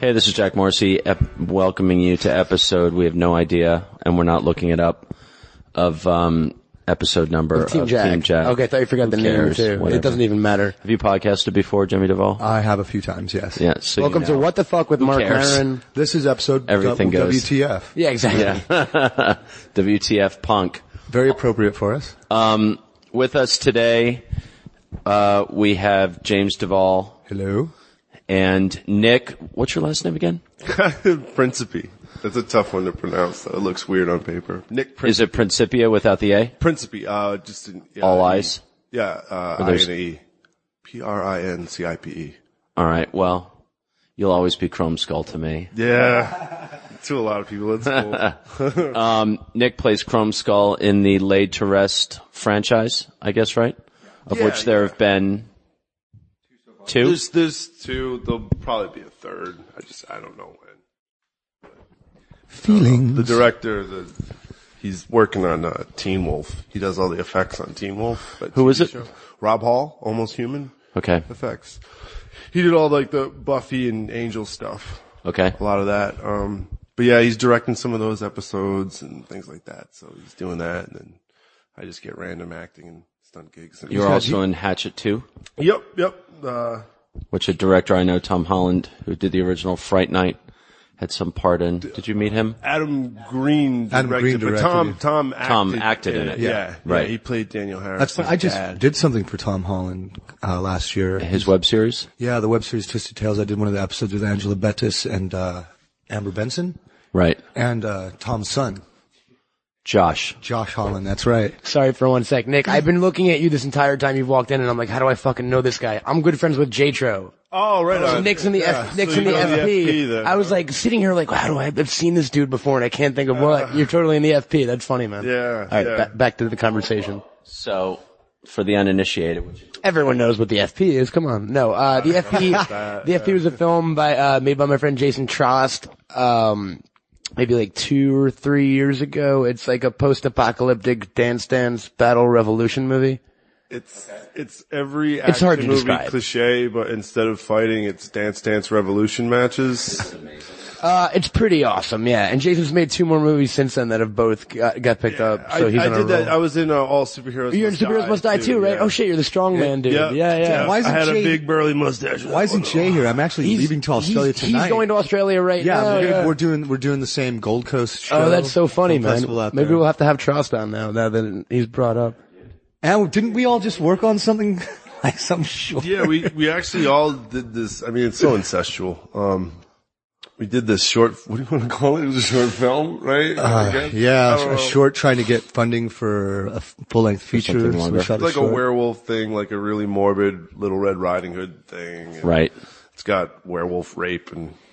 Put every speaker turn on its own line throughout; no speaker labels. Hey, this is Jack Morrissey ep- welcoming you to episode. We have no idea, and we're not looking it up. Of um, episode number
Team
of
Jack.
Team Jack.
Okay, I thought you forgot the
Who
name
cares?
too.
Whatever.
It doesn't even matter.
Have you podcasted before, Jimmy Duvall?
I have a few times, yes.
yeah. So
Uh, Welcome
you
to
know.
What the Fuck with Mark
cares?
Maron.
This is episode
Everything
w-
goes.
WTF.
Yeah, exactly.
WTF Punk.
Very appropriate for us.
Um, with us today, uh, we have James Duvall
Hello.
and Nick. What's your last name again?
Principe. That's a tough one to pronounce. though. It looks weird on paper. Nick Prin-
Is it Principia without the A?
Principe. Uh, just in, yeah,
All
E.
eyes.
Yeah, uh, I
there's-
N E. P R I N C I P E.
All right. Well, you'll always be Chrome Skull to me.
Yeah. to a lot of people, it's cool.
Nick plays Chrome Skull in the Laid to Rest franchise, I guess, right? Of
Yeah,
which there have been two.
there's, there's two. There'll probably be a third. I just, I don't know when. Uh,
Feeling.
The director, the, he's working on uh, Teen Wolf. He does all the effects on Teen Wolf. that
Who
TV
is it?
show. Rob Hall, Almost Human
Okay.
effects. He did all like the Buffy and Angel stuff.
Okay.
a lot of that. Um, but yeah, he's directing some of those episodes and things like that. So he's doing that, and then I just get random acting and stunt gigs. And
You're also in Hatchet 2,
yep, yep. Uh,
which a director I know, Tom Holland, who did the original Fright Night, had some part in. Did you meet him?
Adam Green directed,
Adam Green
but
directed
Tom
it.
Tom acted,
Tom acted in it.
Yeah,
Yeah.
yeah,
Right.
He played Daniel Harris.
That's fun. I just did something for Tom Holland uh, last year.
His web series?
Yeah, the web series Twisted Tales. I did one of the episodes with Angela Bettis and uh, Amber Benson
Right.
and uh, Tom's son,
Josh.
Josh Holland. That's right.
Sorry for one sec. Nick, I've been looking at you this entire time you've walked in and I'm like, how do I fucking know this guy? I'm good friends with J-Tro.
Oh, right.
So
on.
Nick's in the,
Yeah.
F- Nick's
So
in the
you know
FP.
then.
I was like sitting here like, how do I, I've seen this dude before and I can't think of what. You're totally in the FP. That's funny, man.
Uh. Yeah,
All right.
yeah.
ba- back to the conversation.
So, for the uninitiated, which
Everyone knows what the FP is. Come on. No, uh, the FP, the FP was a film by, uh, made by my friend Jason Trost, um, maybe like two or three years ago. It's like a post-apocalyptic dance dance battle revolution movie.
It's it's every action
It's hard to
movie
describe.
cliche, but instead of fighting, it's Dance Dance Revolution matches.
Uh, it's pretty awesome. Yeah. And Jason's made two more movies since then that have both got, got picked up. So
I,
he's
I
on a
did that.
roll.
I was in uh, All Superheroes.
You're in
Must
Superheroes Must Die too, right?
yeah.
Oh shit, you're the strong man dude. Yeah, yeah.
Why isn't
I had
Jay-
a big burly mustache.
Why isn't Jay here? I'm actually leaving to Australia
he's,
tonight.
He's going to Australia right
Yeah,
now.
we're,
yeah.
we're doing we're doing the same Gold Coast show.
Oh, that's so funny,
film
man.
festival out
Maybe
there.
we'll have to have Trost on now, now that he's brought up.
And didn't we all just work on something like some short?
Yeah, we we actually all did this. I mean, it's so incestual. Um, we did this short. What do you want to call it? It was a short film, right? I guess?
Yeah,
I
a
don't
sh-
know.
a short trying to get funding for a full length feature.
something
So
longer.
we shot
It's like a
short.
werewolf thing, like a really morbid Little Red Riding Hood thing. And
Right.
It's got werewolf rape, and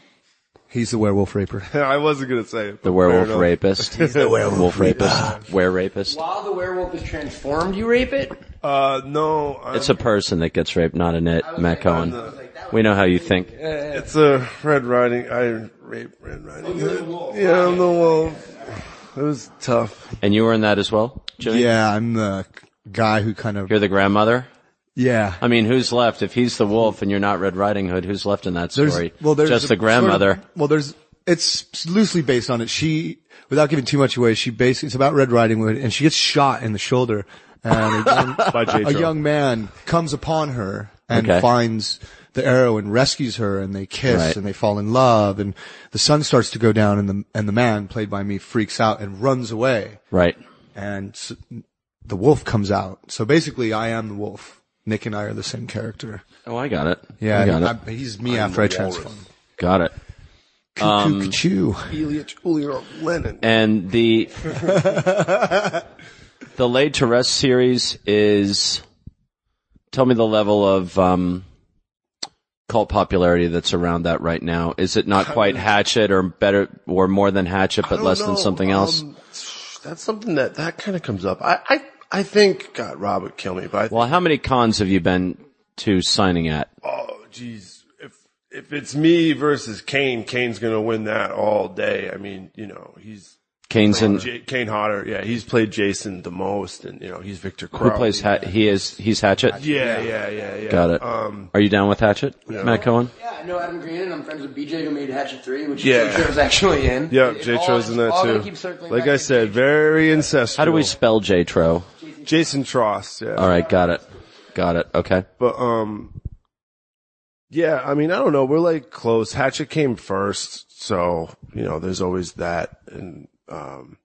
He's the werewolf raper.
I wasn't gonna say it.
The werewolf rapist. He's the werewolf rapist. Were rapist.
While the werewolf is transformed, you rape it?
Uh, no, I'm,
It's a person that gets raped, not an it, Matt Cohen. We know how you think.
Uh,
it's a Red Riding. I rape Red Riding. Hood. Yeah, I'm the wolf. It was tough.
And you were in that as well, Jimmy?
Yeah, I'm the guy who kind of.
You're the grandmother?
Yeah.
I mean, who's left? If he's the wolf and you're not Red Riding Hood, who's left in that story? just
a
the grandmother.
sort of- well, there's it's loosely based on it. She, without giving too much away, she basically it's about Red Riding Hood, and she gets shot in the shoulder, and a young,
By J.
a
Tro.
young man comes upon her and
Okay.
finds the arrow and rescues her, and they kiss
Right.
and they fall in love, and the sun starts to go down, and the and the man played by me freaks out and runs away,
right.
and s the wolf comes out. So basically, I am the wolf. Nick and I are the same character.
Oh, I got it.
Yeah,
I got it.
I- he's me after I transform.
got it.
Um,
Cuckoo, cuckoo.
Ilya Julia Lennon.
And the, the Laid to Rest series is, tell me the level of, um, cult popularity that's around that right now. Is it not quite Hatchet or better, or more than Hatchet, but
don't
less than
know.
something else?
Um, that's something that that kind of comes up. I, I I think God, Rob would kill me, but I think,
Well, how many cons have you been to signing at?
oh geez, if if it's me versus Kane, Kane's gonna win that all day. I mean, you know, he's
Kane's in,
J- Kane Hodder, yeah, he's played Jason the most, and you know he's Victor
who
Crow.
plays, ha- he is, he's Hatchet?
Yeah, yeah, yeah, yeah.
Got it.
Um,
Are you down with Hatchet? Matt Cohen?
Yeah, I know Adam Green, and I'm friends with BJ who made Hatchet 3, which
Yeah.
Jay was actually in.
yeah,
It
Jay
all-
Tro's in
it's
that
all gonna
too.
keep circling
Like
back
I
to
said, very incestual.
How do we spell J-Tro?
Jason Tross? Yeah.
All right, got it. Got it. Okay.
But um, yeah, I mean, I don't know. We're like close. Hatchet came first, so you know, there's always that. And um,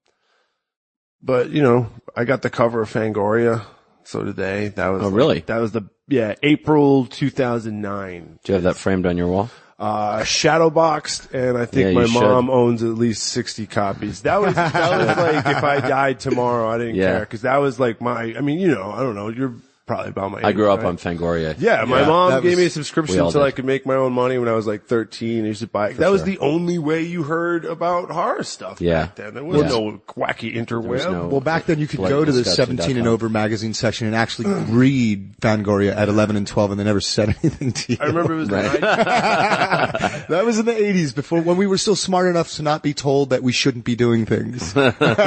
but you know, I got the cover of Fangoria. So today, that was
Oh, really?
That was the yeah April 2009.
Do you have that framed on your wall?
Uh, shadow boxed, and I think
Yeah,
my
you should.
mom owns at least 60 copies. That was that was like if I died tomorrow, I didn't
Yeah.
care because that was like my. I mean, you know, I don't know. You're probably about my.
I
age,
grew up
right?
on Fangoria.
Yeah, my
Yeah,
mom
that
gave
was-
me a
we
subscription
all
until
did.
I could make my own money when I was like 13. I used to buy. that was
sure.
the only way you heard about horror stuff.
Yeah.
back then there was
Yeah.
no wacky interweb.
no-
Well,
Well, back then you could
Blood
go to the
discussion
17
dot
and
com.
over magazine section and actually read Fangoria at 11 and 12 and they never said anything to you.
I remember it was the
that was in the 80s before when we were still smart enough to not be told that we shouldn't be doing things.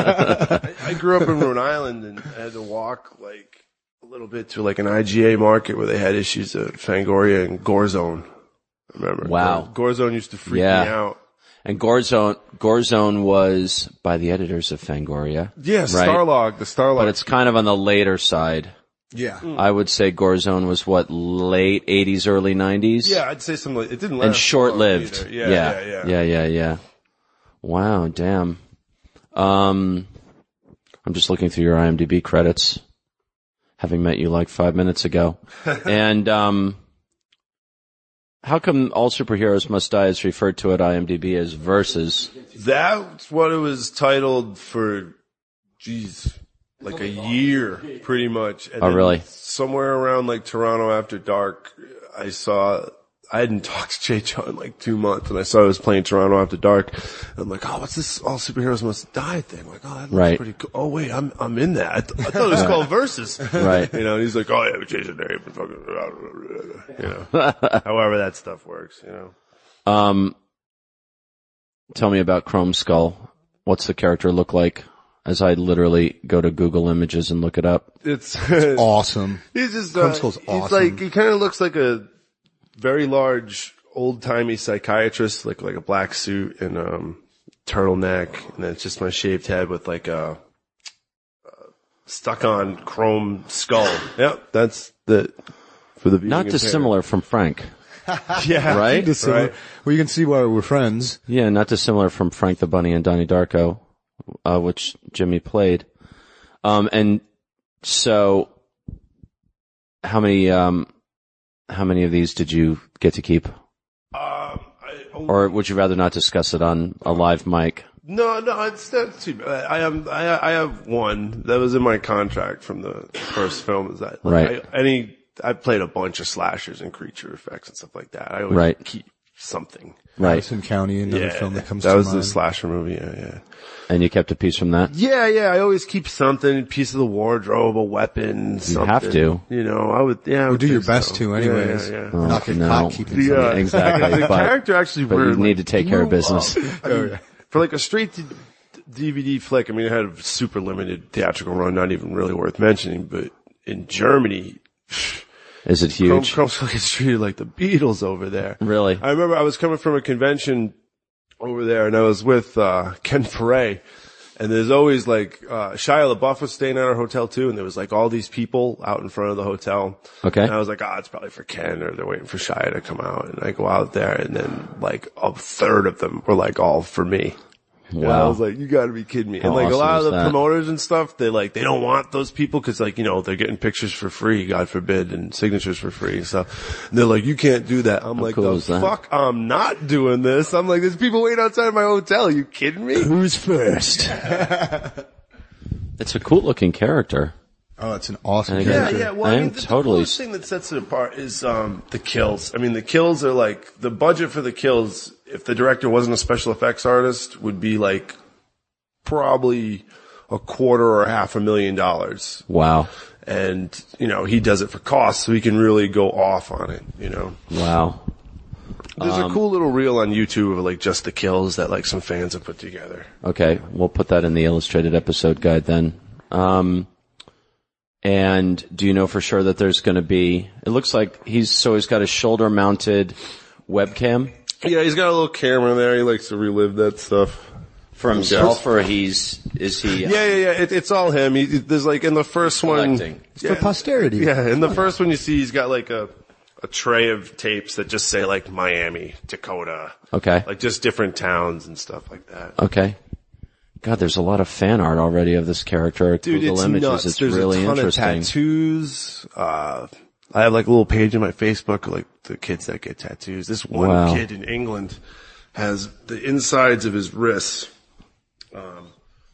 I grew up in Rhode Island and I had to walk like a little bit to like an IGA market where they had issues of Fangoria and Gorezone. I remember.
Wow.
Gore- Gorezone used to freak
Yeah.
me out.
And Gorezone, Gorezone was by the editors of Fangoria.
Yeah, Starlog, the Starlog.
But it's kind of on the later side.
yeah.
Mm.
I would say Gorezone was what, late 80s, early 90s?
yeah, I'd say something like, it didn't last.
And short
long
lived.
either.
Yeah
yeah,
yeah, yeah. Yeah, yeah. Wow, damn. Um, I'm just looking through your IMDb credits, having met you like five minutes ago. and, um, how come all superheroes must die is referred to at IMDb as versus?
That's what it was titled for, jeez, like a year, pretty much. And
Oh,
then
really?
Somewhere around like Toronto after dark, I saw, I hadn't talked to Jay John in like two months and I saw he was playing Toronto after dark. I'm like, oh, what's this all superheroes must die thing? Like, oh, that looks
Right.
pretty cool. Oh, wait, I'm, I'm in that. I, th- I thought it was called Versus.
Right.
You know, and he's like, oh yeah, we changed the name. and fucking- You know, however that stuff works, you know.
Um, tell me about Chrome Skull. What's the character look like? As I literally go to Google Images and look it up.
It's,
Awesome.
He's just uh,
Crumb Skull's
He's
awesome.
like he kind of looks like a very large old timey psychiatrist, like like a black suit and um turtleneck, and then it's just my shaved head with like a, uh stuck on chrome skull. yep, that's the for the
Not dissimilar from Frank,
Yeah,
right?
Just so-
Right.
Well, you can see why we're friends.
Yeah, not dissimilar from Frank the Bunny and Donnie Darko, uh, which Jimmy played. Um, and so how many, um, how many of these did you get to keep?
Um, I, oh,
Or would you rather not discuss it on a live mic?
no, no, it's not too bad. I am, I, I have one that was in my contract from the first film. Is that like,
Right.
I, any? I played a bunch of slashers and creature effects and stuff like that. I always
Right.
keep something.
Right.
Madison County, another film that comes
that
to
was
mind.
the slasher movie. Yeah, yeah,
And you kept a piece from that?
yeah, yeah. I always keep something, a piece of the wardrobe, a weapon. Something,
have to.
you know. I would, yeah. I
Or
would
do your
think
best
so.
to
Yeah,
anyways.
Yeah, yeah.
Oh,
Not get
no.
caught keeping
Yeah.
something. uh,
Exactly.
the
but,
character actually,
but you
really
need to take care of
blew
business.
up. I mean, Oh, for like a straight to DVD flick, I mean, it had a super limited theatrical run, not even really worth mentioning. But in Germany,
Is it
Chrome
huge?
Chrome's fucking treated like the Beatles over there.
Really?
I remember I was coming from a convention over there and I was with, uh, Ken Foray. And there's always like, uh, Shia LaBeouf was staying at our hotel too. And there was like all these people out in front of the hotel.
Okay.
And I was like, ah, it's probably for Ken or they're waiting for Shia to come out. And I go out there and then like a third of them were like all for me. And I
Wow.
was like, you gotta be kidding me.
How
and like a
awesome
lot
is
of the
that?
promoters and stuff, they like, they don't want those people cause like, you know, they're getting pictures for free, God forbid, and signatures for free and stuff. And they're like, you can't do that. I'm like,
cool
the
is that?"
fuck, I'm not doing this. I'm like, there's people waiting outside my hotel. you kidding me?
Who's first? it's a cool looking character.
Oh, it's an awesome
again-
Yeah,
character.
yeah. Well,
I
I
am
mean, the,
totally-
the coolest thing that sets it apart is um, the kills. I mean, the kills are like the budget for the kills. If the director wasn't a special effects artist, would be like probably a quarter or half a million dollars.
Wow.
And you know, he does it for cost, so he can really go off on it. You know,
Wow.
There's a cool little reel on YouTube of like just the kills that like some fans have put together.
Okay, we'll put that in the illustrated episode guide then. Um, and do you know for sure that there's going to be? It looks like he's so he's got a shoulder-mounted webcam
Yeah, he's got a little camera there. He likes to relive that stuff.
for himself, or he's is he?
Yeah, yeah, yeah. It, it's all him. He, there's like in the first one.
Collecting.
for posterity.
Yeah, in the first one you see he's got like a a tray of tapes that just say like Miami, Dakota,
Okay.
like just different towns and stuff like that.
okay. God, there's a lot of fan art already of this character.
Dude,
Google
it's
images.
nuts.
It's
There's
really
a ton
interesting.
of tattoos. Uh, I have like a little page in my Facebook, like the kids that get tattoos. This one
Wow.
kid in England has the insides of his wrists, um,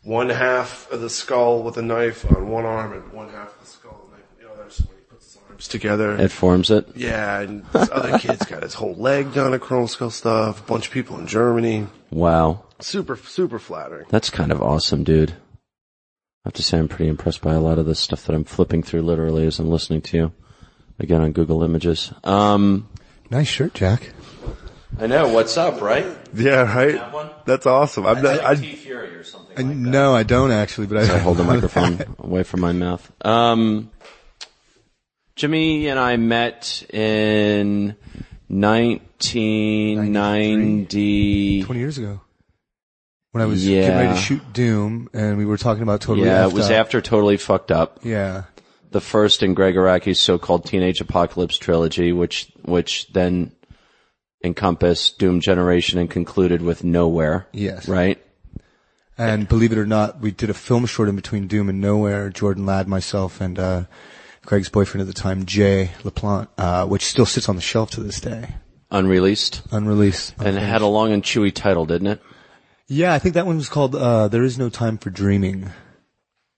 one half of the skull with a knife on one arm and one half of the skull with a knife on the other. So when he puts his arms together,
It forms it.
yeah, and this other kid's got his whole leg done at Chrome Skull stuff. A bunch of people in Germany.
Wow,
Super, super flattering.
that's kind of awesome, dude. I have to say I'm pretty impressed by a lot of this stuff that I'm flipping through literally as I'm listening to you. Again on Google Images. Um,
Nice shirt, Jack.
I know. What's up, right?
Yeah, right.
That one?
That's awesome. I'm not, I,
Fury or something.
Oh
I, no, I don't actually, but I
I hold the microphone away from my mouth. Um, Jimmy and I met in 1990.
20 years ago. When I was
Yeah.
getting ready to shoot Doom, and we were talking about totally.
Yeah, it
Effed
was
Up.
after Totally Fucked Up.
Yeah,
the first in Greg Araki's so-called Teenage Apocalypse trilogy, which which then encompassed Doom Generation and concluded with Nowhere.
Yes.
Right.
and believe it or not, we did a film short in between Doom and Nowhere. Jordan Ladd, myself, and uh, Craig's boyfriend at the time, Jay LaPlante, uh, which still sits on the shelf to this day,
Unreleased.
unreleased.
And it had a long and chewy title, didn't it?
yeah, I think that one was called uh, "There Is No Time for Dreaming."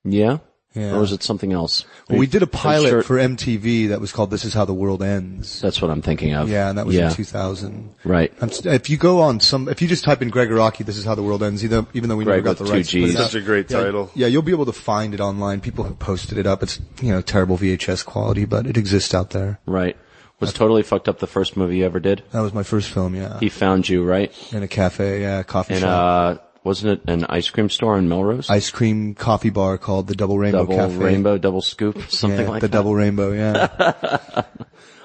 Yeah.
Yeah.
Or was it something else?
Well, we did a pilot
sure-
for MTV that was called "This Is How the World Ends."
That's what I'm thinking of.
Yeah, and that was
yeah.
in 2000.
Right.
I'm, s- if you go on some, if you just type in Greg Araki, this is how the world ends, even, even though we
Greg
never got
with
the
two
rights to put
Gs.
it out.
Such a great
yeah,
title.
Yeah, you'll be able to find it online. People have posted it up. It's, you know, terrible VHS quality, but it exists out there.
Right. Was totally fucked up the first movie you ever did.
That was my first film, yeah.
He found you, right?
In a cafe, yeah, a coffee
In
shop.
uh wasn't it an ice cream store in Melrose?
Ice cream coffee bar called the Double Rainbow
double
Cafe.
rainbow, double scoop,
Yeah,
something like
the
that.
Double Rainbow, yeah.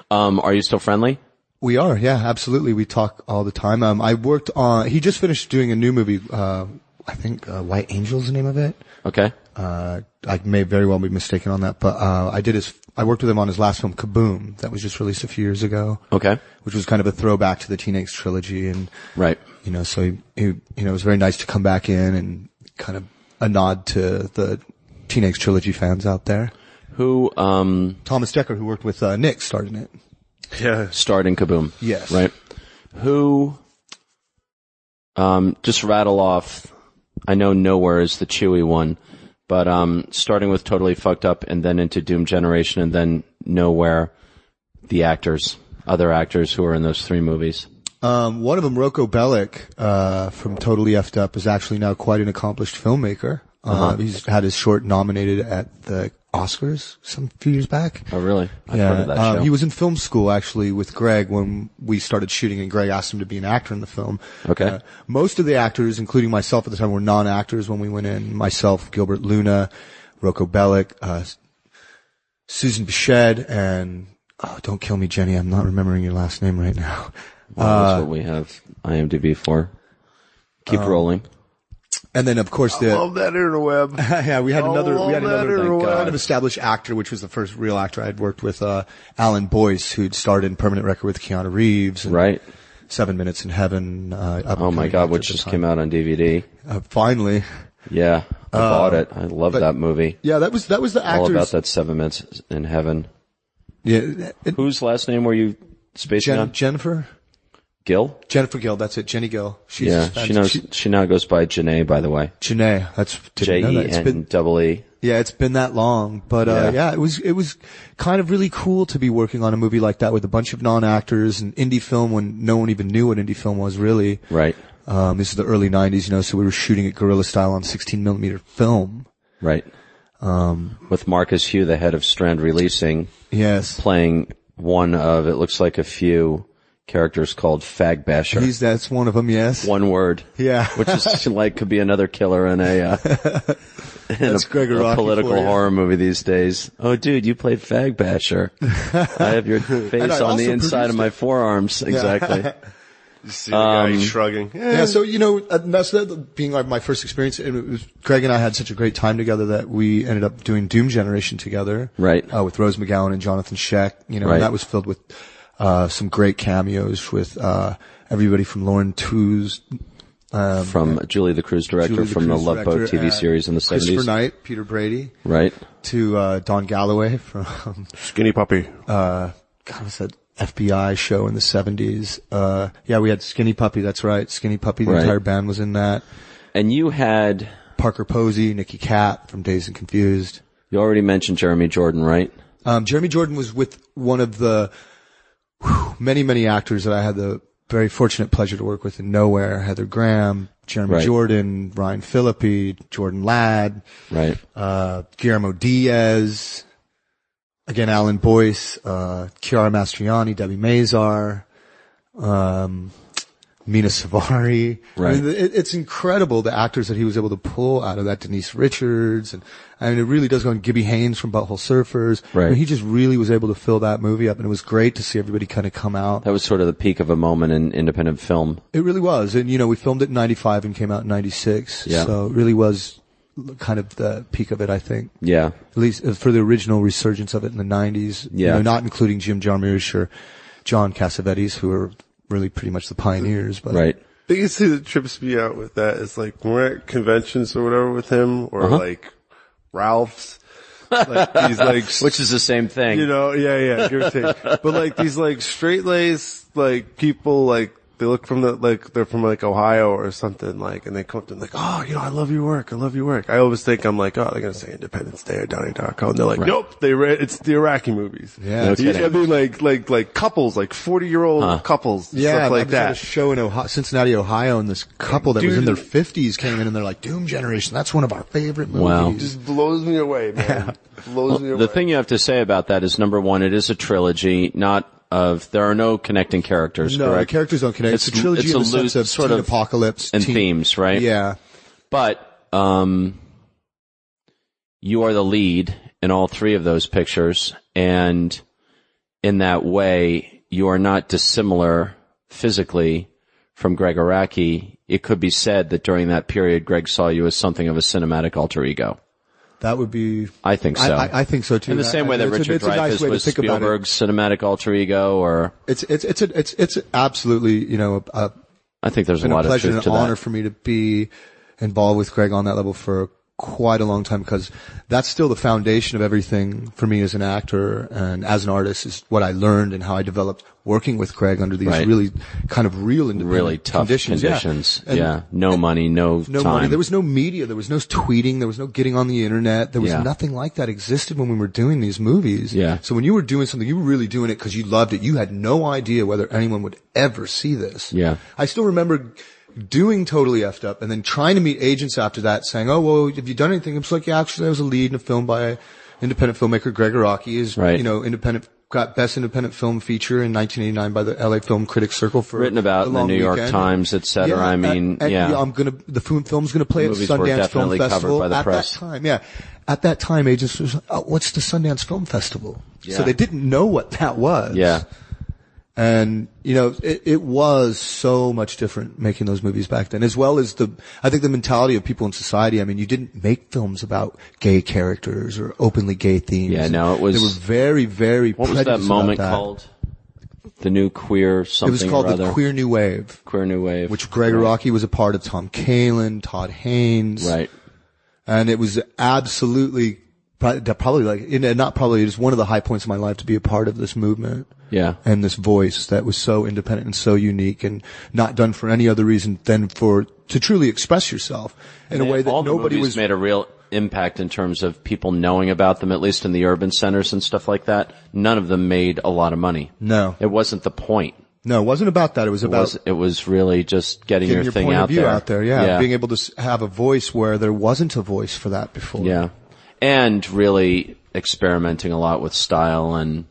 um, are you still friendly?
we are, yeah, absolutely. We talk all the time. Um, I worked on, he just finished doing a new movie, uh, I think, uh, White Angel's the name of it.
Okay.
uh, I may very well be mistaken on that, but uh, I did his, I worked with him on his last film, Kaboom, that was just released a few years ago,
Okay.
which was kind of a throwback to the Teenage trilogy, and
Right.
you know, so he, he, you know, it was very nice to come back in and kind of a nod to the Teenage trilogy fans out there.
Who um
Thomas Decker, who worked with uh, Nick, started it.
yeah.
starred in Kaboom?
Yes.
Right. Who um just rattle off I know nowhere is the chewy one, but um starting with totally fucked up and then into Doom Generation and then nowhere the actors, other actors who are in those three movies.
Um, one of them, Rocco Bellic, uh, from Totally Effed Up, is actually now quite an accomplished filmmaker. Uh, He's had his short nominated at the Oscars some few years back.
Oh really? I've heard of that
um,
show.
he was in film school actually with Greg when we started shooting, and Greg asked him to be an actor in the film. Uh,
Okay.
most of the actors, including myself at the time, were non-actors when we went in. Myself, Gilbert Luna, Rocco Bellic, uh, Susan Bichette, and oh, don't kill me, Jenny. I'm not remembering your last name right now.
Well,
uh,
that's what we have IMDB for. Keep
um,
rolling.
And then, of course, the
Love that interweb.
yeah, we had
Oh,
another, we had
well,
another
that
thank
or
God,
what?
kind of established actor, which was the first real actor I'd worked with, uh, Alan Boyce, who'd starred in Permanent Record with Keanu Reeves, and
Right.
Seven Minutes in Heaven. Uh, up
Oh
and
my
coming
god,
actor
which
at the
just
time.
came out on DVD.
Uh, finally,
Yeah. I bought it. I love
Uh, but-
that movie.
yeah, that was that was the actors.
all about that seven minutes in heaven.
Yeah, it-
Whose last name were you spacing
Jen,
on?
Jennifer,
Gill?
Jennifer Gill. That's it, Jenny Gill. She's
Yeah, she
fantastic.
knows. She, now goes by Janae, by the way.
She, Janae. That's
J
didn't know that.
E
It's been
N double E.
Yeah, it's been that long, but uh,
Yeah.
yeah. it was it was kind of really cool to be working on a movie like that with a bunch of non-actors and indie film when no one even knew what indie film was really.
Right,
Um, this is the early '90s, you know, so we were shooting it guerrilla style on 16 millimeter film. Um,
right. With Marcus Hugh, the head of Strand Releasing,
Yes,
playing one of it looks like a few characters called Fag Basher.
He's that's one of them. Yes.
One word.
Yeah.
Which is like could be another killer in a, uh, in
That's Gregor
a,
Rocky
a political
for you.
horror movie these days. Oh dude, you played Fag Basher. I have your
And I
face on the
also
inside
produced
of my forearms. Exactly.
You see the guy
Um,
shrugging. Eh,
Yeah, so you know, uh, that's that being like my first experience, and it was Greg and I had such a great time together that we ended up doing Doom Generation together,
Right.
Uh, with Rose McGowan and Jonathan Sheck, you know,
Right.
and that was filled with uh, some great cameos with uh, everybody from Lauren Tooze, um,
From Julie the Cruise director
Julie
from the
Cruz
Love Boat
director,
TV
and
series in the
Christopher
seventies.
Knight, Peter Brady,
Right.
to uh, Don Galloway from
Skinny puppy.
uh, God, was that FBI show in the seventies? Uh, yeah, we had Skinny Puppy. That's right, Skinny Puppy. The
Right.
entire band was in that.
And you had,
Parker Posey, Nikki Cat from Days and Confused.
you already mentioned Jeremy Jordan, right?
Um, Jeremy Jordan was with one of the whew, many, many actors that I had the very fortunate pleasure to work with in Nowhere. Heather Graham, Jeremy
Right.
Jordan, Ryan Philippi, Jordan Ladd,
Right.
uh, Guillermo Diaz, again, Alan Boyce, uh, Chiara Mastriani, Debbie Mazar, um, Mina Savari.
Right.
I mean, it, it's incredible the actors that he was able to pull out of that. Denise Richards and, I mean, it really does go on. Gibby Haynes from Butthole Surfers. I mean,
Right.
he just really was able to fill that movie up and it was great to see everybody kind of come out.
That was sort of the peak of a moment in independent film.
It really was. And, you know, we filmed it in 95 and came out in 96.
Yeah.
So it really was kind of the peak of it, I think
Yeah.
at least uh, for the original resurgence of it in the 90s. you
Yeah.
know, not including Jim Jarmusch or John Cassavetes, who are really pretty much the pioneers. But
Right.
biggest thing that trips me out with that is like when we're at conventions or whatever with him or like Ralph's. Like these like, s-
Which is the same thing.
you know, yeah, yeah, give or take. But like these like straight laced like people like they look from the like they're from like Ohio or something like and they come up to me like, oh, you know, I love your work, I love your work. I always think I'm like, oh, they're gonna say Independence Day or Donnie Darko, and they're like, nope, they read it's the Iraqi movies.
Yeah. No
You-
kidding.
I mean like like like couples, like forty year old couples, and
Yeah,
stuff like
I was at a
that.
show in Ohio, Cincinnati, Ohio, and this couple that was in
Dude.
their fifties came in and they're like, "Doom Generation, that's one of our favorite movies."
Wow.
just blows me away, man. Blows me away.
The thing you have to say about that is number one, it is a trilogy, not of, there are no connecting characters,
no, the
correct?
characters don't connect. It's,
It's-
a trilogy
it's
in
a
the sense
loose
of
sort
teen
of-
apocalypse
and
teen-
themes, right?
Yeah,
But, um, you are the lead in all three of those pictures. And in that way, you are not dissimilar physically from Greg Araki. It could be said that during that period, Greg saw you as something of a cinematic alter ego.
that would be.
I think so.
I, I, I think so too.
in the same way that
It's a-
Richard
it's a nice
Dreyfuss
way to
was
think about it.
Spielberg's cinematic alter ego, or
It's it's it's a, it's it's absolutely you know a, a
I think there's a
been a
lot of
pleasure
truth
and
to
an honor
that.
for me to be involved with Greg on that level for quite a long time because that's still the foundation of everything for me as an actor and as an artist is what I learned and how I developed working with Greg under these
Right.
really kind of real and
Really tough
conditions.
conditions. Yeah, no money, no,
No
time.
money. There was no media. There was no tweeting. There was no getting on the internet. There was
Yeah.
nothing like that existed when we were doing these movies.
Yeah.
So when you were doing something, you were really doing it because you loved it. You had no idea whether anyone would ever see this.
Yeah.
I still remember doing totally effed up and then trying to meet agents after that saying, Oh, well, have you done anything? I'm just like, yeah, actually I was a lead in a film by independent filmmaker Greg Araki is,
Right.
you know, independent, got best independent film feature in 1989 by the LA Film Critics Circle for
written about in the
Long
New York
Weekend.
Times, et cetera. I
and-
mean,
and,
yeah.
I'm gonna the um, film, film's gonna play at
Movies were
Sundance Film
definitely covered
Festival
by the
at
press.
that time. Yeah, at that time, agents was like, oh, "What's the Sundance Film Festival?"
Yeah.
So they didn't know what that was.
yeah,
and you know, it, it was so much different making those movies back then, as well as the I think the mentality of people in society. I mean, you didn't make films about gay characters or openly gay themes.
Yeah, no, it was-
They were very, very.
what was that
prejudiced about
moment
that.
called? The new queer
It
something.
was called
or
the
other.
Queer New Wave.
Queer new wave,
which Greg Araki was a part of, Tom Kalin, Todd Haynes.
right?
And it was absolutely, pro- probably like, you know, not probably, it was one of the high points of my life to be a part of this movement
Yeah,
and this voice that was so independent and so unique and not done for any other reason than for, to truly express yourself in a way that
all the
nobody
movies
was
made a real impact in terms of people knowing about them, at least in the urban centers and stuff like that. None of them made a lot of money.
No.
it wasn't the point.
No, it wasn't about that. It was
It
about
was it was really just getting,
getting
your,
your
thing
point
out
of view
there.
out there. Yeah. Being able to s- have a voice where there wasn't a voice for that before.
Yeah. And really experimenting a lot with style and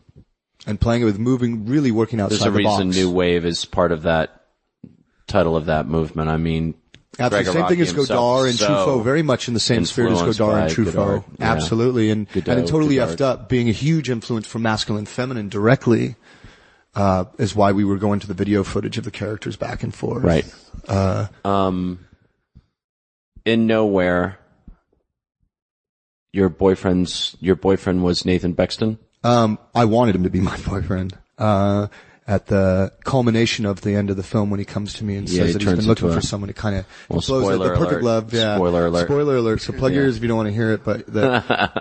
and playing it with moving, really working outside
There's a
the box.
reason New Wave is part of that title of that movement. I mean,
Absolutely. Same
Gregoraki
thing as
himself,
Godard and
so-
Truffaut, very much in the same spirit as
Influenced
Godard and
by
Truffaut.
Godard, yeah.
Absolutely. And,
Godot,
and it totally
Godard.
effed up being a huge influence for masculine feminine directly, uh, is why we were going to the video footage of the characters back and forth.
Right.
Uh,
Um, in nowhere, your boyfriend's your boyfriend was Nathan Bexton.
Um, I wanted him to be my boyfriend. Uh, at the culmination of the end of the film when he comes to me and
Yeah, he
says that he's
turns
been looking
into
for
a-
someone to kind of
Well,
blows up.
spoiler
The perfect
alert.
love. Yeah.
Spoiler alert.
Spoiler alert. So plug your ears if you don't want to hear it, but that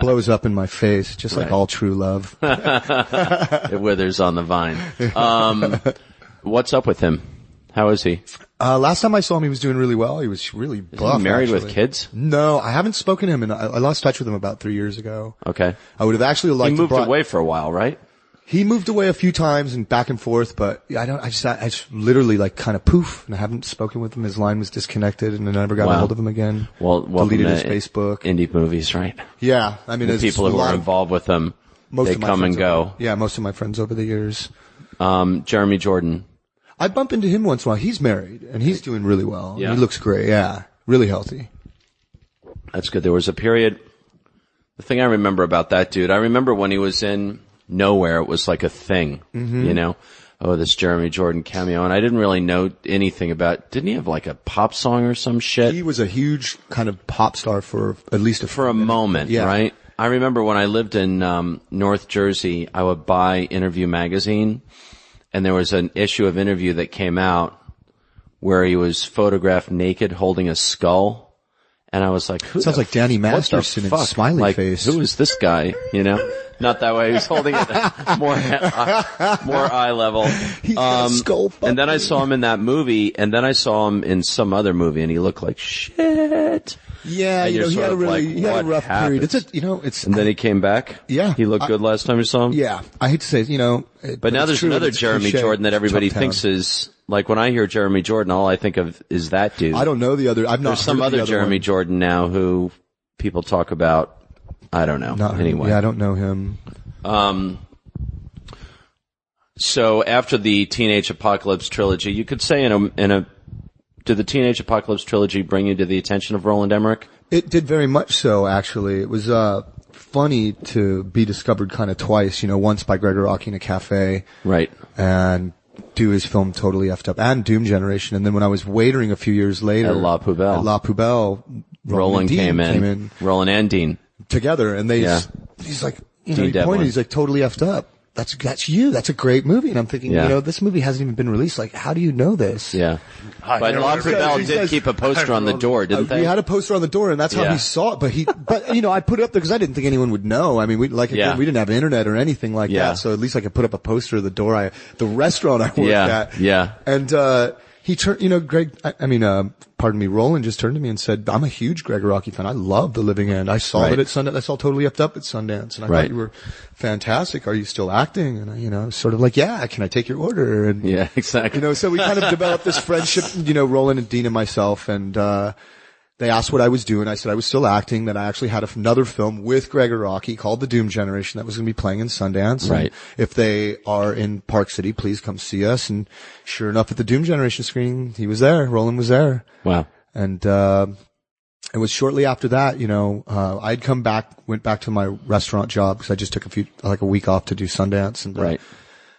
blows up in my face, just like all true love.
It withers on the vine. Um, what's up with him? How is he?
Uh, last time I saw him, he was doing really well. He was really
Is
buff.
he married with
actually.
kids?
No, I haven't spoken to him, and I, I lost touch with him about three years ago.
Okay.
I would have actually
He
liked. to
moved
brought-
away for a while, right?
He moved away a few times and back and forth, but I don't, I just, I just literally like kind of poof and I haven't spoken with him. His line was disconnected and I never got a
Wow.
hold of him again.
Well, welcome
deleted
to
his Facebook.
Indie movies, right?
yeah. I mean,
The
it's
people
a
who
lot
are
of-
involved with him,
most
they
of my
come and
friends over-
go.
yeah. Most of my friends over the years.
Um, Jeremy Jordan.
I bump into him once in a while. He's married and he's doing really well.
Yeah.
He looks great. Yeah. Really healthy.
That's good. There was a period. The thing I remember about that dude, I remember when he was in Nowhere, it was like a thing, you know? Oh, this Jeremy Jordan cameo. And I didn't really know anything about, didn't he have like a pop song or some shit?
He was a huge kind of pop star for at least a,
for a moment,
Yeah.
right? I remember when I lived in um, North Jersey, I would buy Interview magazine, and there was an issue of Interview that came out where he was photographed naked holding a skull, and I was like, Who
Sounds
the
like Danny
f- what the
Masterson in
fuck?
Smiley
Like,
Face.
Who is this guy? You know, not that way. He was holding it more more eye level. Um,
He's got a skull
and then I
fucking-
saw him in that movie, and then I saw him in some other movie, and he looked like shit.
yeah.
And
You
you're
know,
sort
he had a
of
really,
like,
he had a
what
rough period.
happened?
It's a, you know, it's,
And then he came back.
Yeah.
he looked good last time you saw him.
Yeah, I hate to say, it, you know, it-
but now
it's
there's
true,
another
it's
Jeremy
cliche,
Jordan that
it's
everybody
Chumptown.
thinks is like when I hear Jeremy Jordan, all I think of is that dude.
I don't know the other. I've not.
There's some
heard
other
the
Jeremy
one.
Jordan now who people talk about. I don't know.
Not
anyway,
Yeah, I don't know him.
um, so after the Teenage Apocalypse trilogy, you could say in a in a did the Teenage Apocalypse trilogy bring you to the attention of Roland Emmerich?
It did very much so. Actually, it was uh funny to be discovered kind of twice. You know, once by Gregor Aki in a cafe,
Right.
and do his film totally effed up and Doom Generation. And then when I was waitering a few years later,
At La Poubelle.
at La Poubelle,
Roland
and Dean
came in.
came in
Roland and Dean.
together, and they,
Yeah.
s- he's like, you
Dean
know, he pointed,
Devlin.
he's like totally effed up. That's, that's you. That's a great movie. And I'm thinking,
Yeah.
you know, this movie hasn't even been released. Like, how do you know this?
Yeah. but La
Roland.
Poubelle
He
did
says-
keep a poster on the door,
Uh,
didn't they?
we had a poster on the door and that's how
Yeah.
he saw it, but he, but you know, I put it up there because I didn't think anyone would know. I mean, we, like, again,
Yeah.
we didn't have internet or anything like
Yeah.
that. So at least I could put up a poster of the door I, the restaurant I worked
Yeah,
at.
yeah.
And, uh, he turned, you know, Greg, I, I mean, uh, pardon me, Roland just turned to me and said, I'm a huge Greg Rocky fan. I love The Living End. I saw
Right.
it at Sundance. I saw Totally Upped Up at Sundance and I
Right.
thought you were fantastic. Are you still acting? And I, you know, sort of like, yeah, can I take your order? And
Yeah, exactly.
you know, so we kind of developed this friendship, you know, Roland and Dean and myself and, uh, they asked what I was doing. I said I was still acting, that I actually had another film with Gregor Rocky called The Doom Generation that was going to be playing in Sundance. And
Right.
if they are in Park City, please come see us. And sure enough, at the Doom Generation screening, he was there. Roland was there.
wow.
And, uh, it was shortly after that, you know, uh, I'd come back, went back to my restaurant job because I just took a few, like a week off to do Sundance and uh,
Right.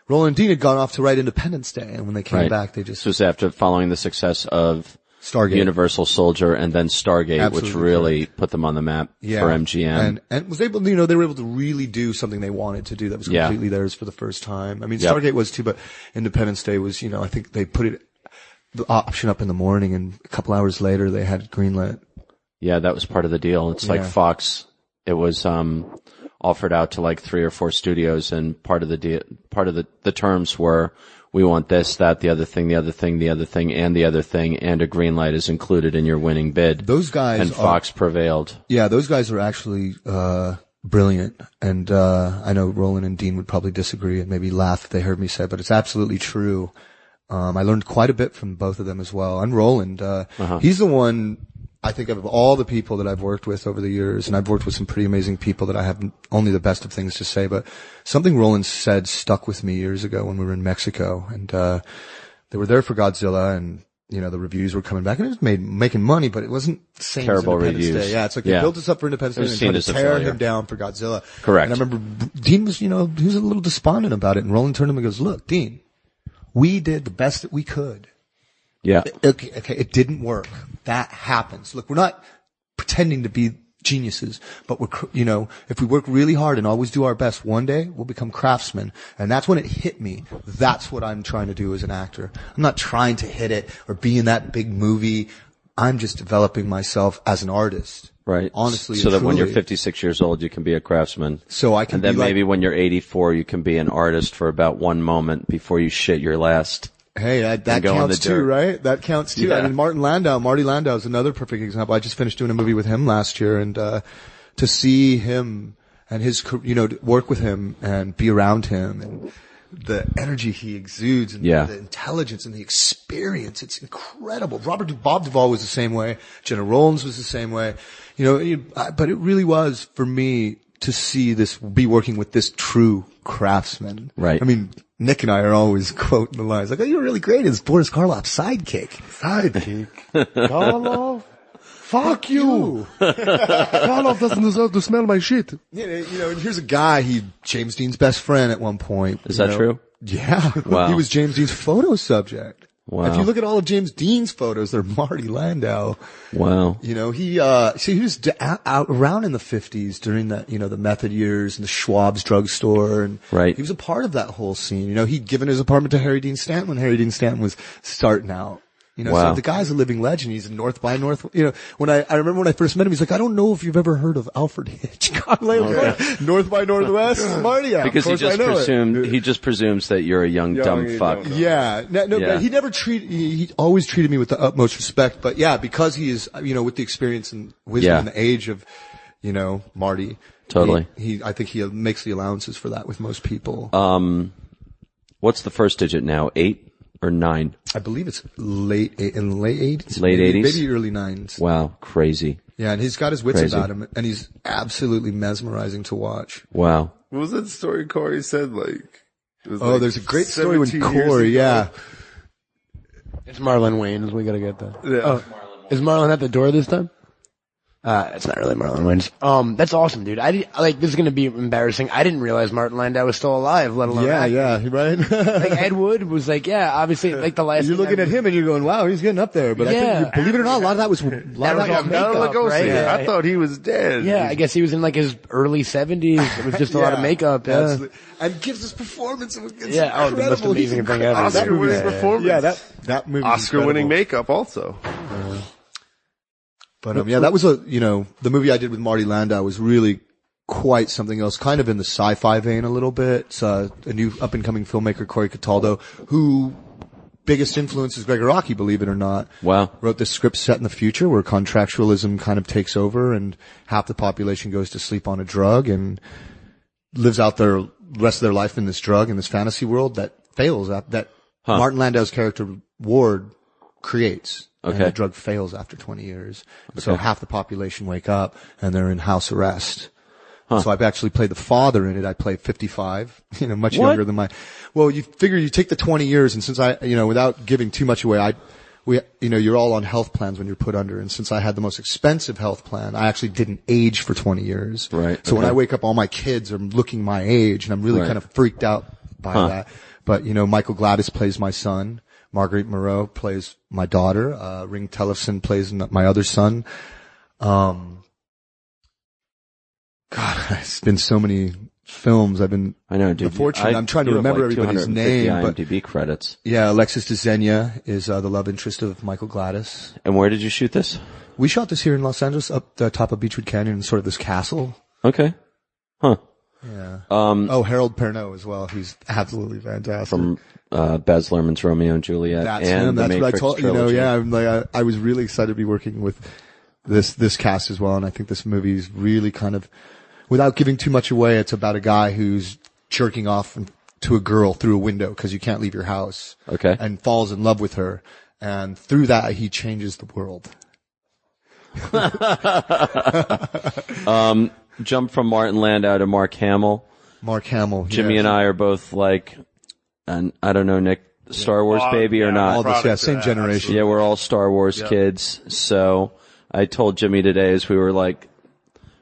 Roland and Dean had gone off to write Independence Day, and when they came
Right.
back, they just
This was after following the success of
Stargate.
Universal Soldier and then Stargate, which
Absolutely
really put them on the map
Yeah.
for MGM.
and and was able, you know, they were able to really do something they wanted to do that was
Yeah.
completely theirs for the first time. I mean,
Yep.
Stargate was too, but Independence Day was, you know, I think they put it the option up in the morning, and a couple hours later they had it greenlit.
yeah, that was part of the deal. It's like
Yeah.
Fox. It was um, offered out to like three or four studios, and part of the deal, part of the the terms were we want this, that, the other thing, the other thing, the other thing, and the other thing, and a green light is included in your winning bid.
Those guys
and
are-
Fox prevailed.
Yeah, those guys were actually uh, brilliant, and uh, I know Roland and Dean would probably disagree and maybe laugh if they heard me say, it, but it's absolutely true. Um, I learned quite a bit from both of them as well, and Roland. Uh, He's the one I think of all the people that I've worked with over the years, and I've worked with some pretty amazing people that I have only the best of things to say, but something Roland said stuck with me years ago when we were in Mexico and, uh, they were there for Godzilla and, you know, the reviews were coming back and it was made, making money, but it wasn't the same
Terrible
as Independence
reviews.
Day. Yeah. It's like
Yeah.
they built us up for Independence
It
Day
was
and
seen
tried to
as a
tear
failure.
him down for Godzilla.
Correct.
And I remember Dean was, you know, he was a little despondent about it and Roland turned to him and goes, look, Dean, we did the best that we could
Yeah.
okay, okay, it didn't work. That happens. Look, we're not pretending to be geniuses, but we're, cr- you know, if we work really hard and always do our best, one day we'll become craftsmen. And that's when it hit me. That's what I'm trying to do as an actor. I'm not trying to hit it or be in that big movie. I'm just developing myself as an artist.
Right.
Honestly.
So
and
that when you're
truly.
56 years old, you can be a craftsman.
So I can
And then
be like-
maybe when you're 84, you can be an artist for about one moment before you shit your last.
Hey, that, that
go in
counts
the
too,
dirt.
right? That counts too.
Yeah.
I mean, Martin Landau, Marty Landau is another perfect example. I just finished doing a movie with him last year and, uh, to see him and his, car- you know, to work with him and be around him and the energy he exudes and
Yeah.
the intelligence and the experience. It's incredible. Robert Du- Bob Duvall was the same way. Jenna Rollins was the same way. You know, you- I- but it really was for me to see this, be working with this true craftsman.
Right.
I mean, Nick and I are always quoting the lines like, "Oh, you're really great as Boris Karloff's sidekick."
Sidekick. Karloff? Fuck you! Karloff doesn't deserve to smell my shit.
You know, you know, and here's a guy he James Dean's best friend at one point.
Is
you
that
know?
true?
Yeah.
Wow.
he was James Dean's photo subject.
Wow.
If you look at all of James Dean's photos, they're Marty Landau.
Wow.
You know, he, uh, see, he was d- out, out around in the 50s during the, you know, the method years and the Schwab's drugstore and
Right.
he was a part of that whole scene. You know, he'd given his apartment to Harry Dean Stanton when Harry Dean Stanton was starting out. You know,
Wow.
so the guy's a living legend. He's in North by North. You know, when I, I remember when I first met him, he's like, I don't know if you've ever heard of Alfred Hitchcock. Like, North by Northwest, Marty. yeah, of
Oh, Because he
course I
just
know it.
presumed, he just presumes that you're a young,
Young,
dumb
you
fuck.
don't know.
Yeah, no, no
Yeah.
But he never treated. He, he always treated me with the utmost respect. But yeah, because he is, you know, with the experience and wisdom
Yeah.
and the age of, you know, Marty.
Totally.
He, he- I think he makes the allowances for that with most people.
Uh, Um, What's the first digit now? Eight or nine?
I believe it's late eight, in late eighties,
Late 80s?
maybe early nines.
Wow. Crazy.
Yeah, and he's got his wits
Crazy.
about him, and he's absolutely mesmerizing to watch.
Wow.
What was that story Corey said? Like, it was
Oh,
like
there's a great story when
17 years
Corey,
ago.
yeah.
It's Marlon Wayne's. We gotta get that.
Yeah.
Oh, is Marlon at the door this time? Uh, it's not really Marlon Wayne's. Um, that's awesome, dude. I did, like this is gonna be embarrassing. I didn't realize Martin Landau was still alive, let alone
Yeah,
act-
yeah, right?
Like Ed Wood was like, yeah, obviously, like the last.
You're
thing
looking
I-
at him and you're going, wow, he's getting up there. But I
Yeah.
think, believe it or not, a lot of that was, a lot of that
was
was
all
makeup,
Bela Lugosi.
right? Yeah.
I thought he was dead.
Yeah, I guess he was in like his early seventies. It was just a lot of
Yeah.
makeup. Yeah.
Absolutely. And gives this performance. It's
Yeah, oh, the most
incredible. He's
amazing thing
incre-
ever.
That
Oscar
movie-
winning
Yeah, yeah, yeah.
performance.
Yeah, that, that movie.
Oscar winning makeup also.
But um, yeah, that was a, you know, the movie I did with Marty Landau was really quite something else, kind of in the sci-fi vein a little bit. It's uh, a new up and coming filmmaker, Corey Cataldo, who biggest influence is Gregor Rocky, believe it or not.
Wow.
wrote this script set in the future where contractualism kind of takes over and half the population goes to sleep on a drug and lives out their rest of their life in this drug in this fantasy world that fails at that Martin Landau's character Ward creates. And
Okay.
the drug fails after 20 years. So half the population wake up and they're in house arrest. So I've actually played the father in it. I play 55, you know, much younger than my, well, you figure you take the 20 years and since I, you know, without giving too much away, I, we, you know, you're all on health plans when you're put under. And since I had the most expensive health plan, I actually didn't age for 20 years.
Right,
So when
okay.
I wake up, all my kids are looking my age and I'm really
Right.
kind of freaked out by that. But, you know, Michael Gladys plays my son. Marguerite Moreau plays my daughter. Uh, Ring Tellefson plays n- my other son. Um, God, it's been so many films. I've been,
I know, dude.
Unfortunately,
I-
I'm trying to
you have
remember
like
everybody's
250
name, but-
IMDb credits.
yeah, Alexis DeZenia is uh, the love interest of Michael Gladys.
And where did you shoot this?
We shot this here in Los Angeles up the top of Beechwood Canyon in sort of this castle.
Okay. Huh.
Yeah.
Um,
Oh, Harold Perrineau as well, who's absolutely fantastic.
from, uh, Baz Luhrmann's Romeo and Juliet
That's
and
him.
the
That's
Matrix
what I told
trilogy.
you know. Yeah, I'm like I, I was really excited to be working with this this cast as well, and I think this movie is really kind of without giving too much away. It's about a guy who's jerking off to a girl through a window because you can't leave your house.
Okay.
and falls in love with her, and through that he changes the world.
Jump from Martin Landau to Mark Hamill.
Mark Hamill.
Jimmy and I are both like, and I don't know, Nick, Star Wars
Oh,
baby or
yeah,
All
not.
this, yeah,
Product,
same
uh,
generation.
Yeah, we're all Star Wars kids. So I told Jimmy today as we were like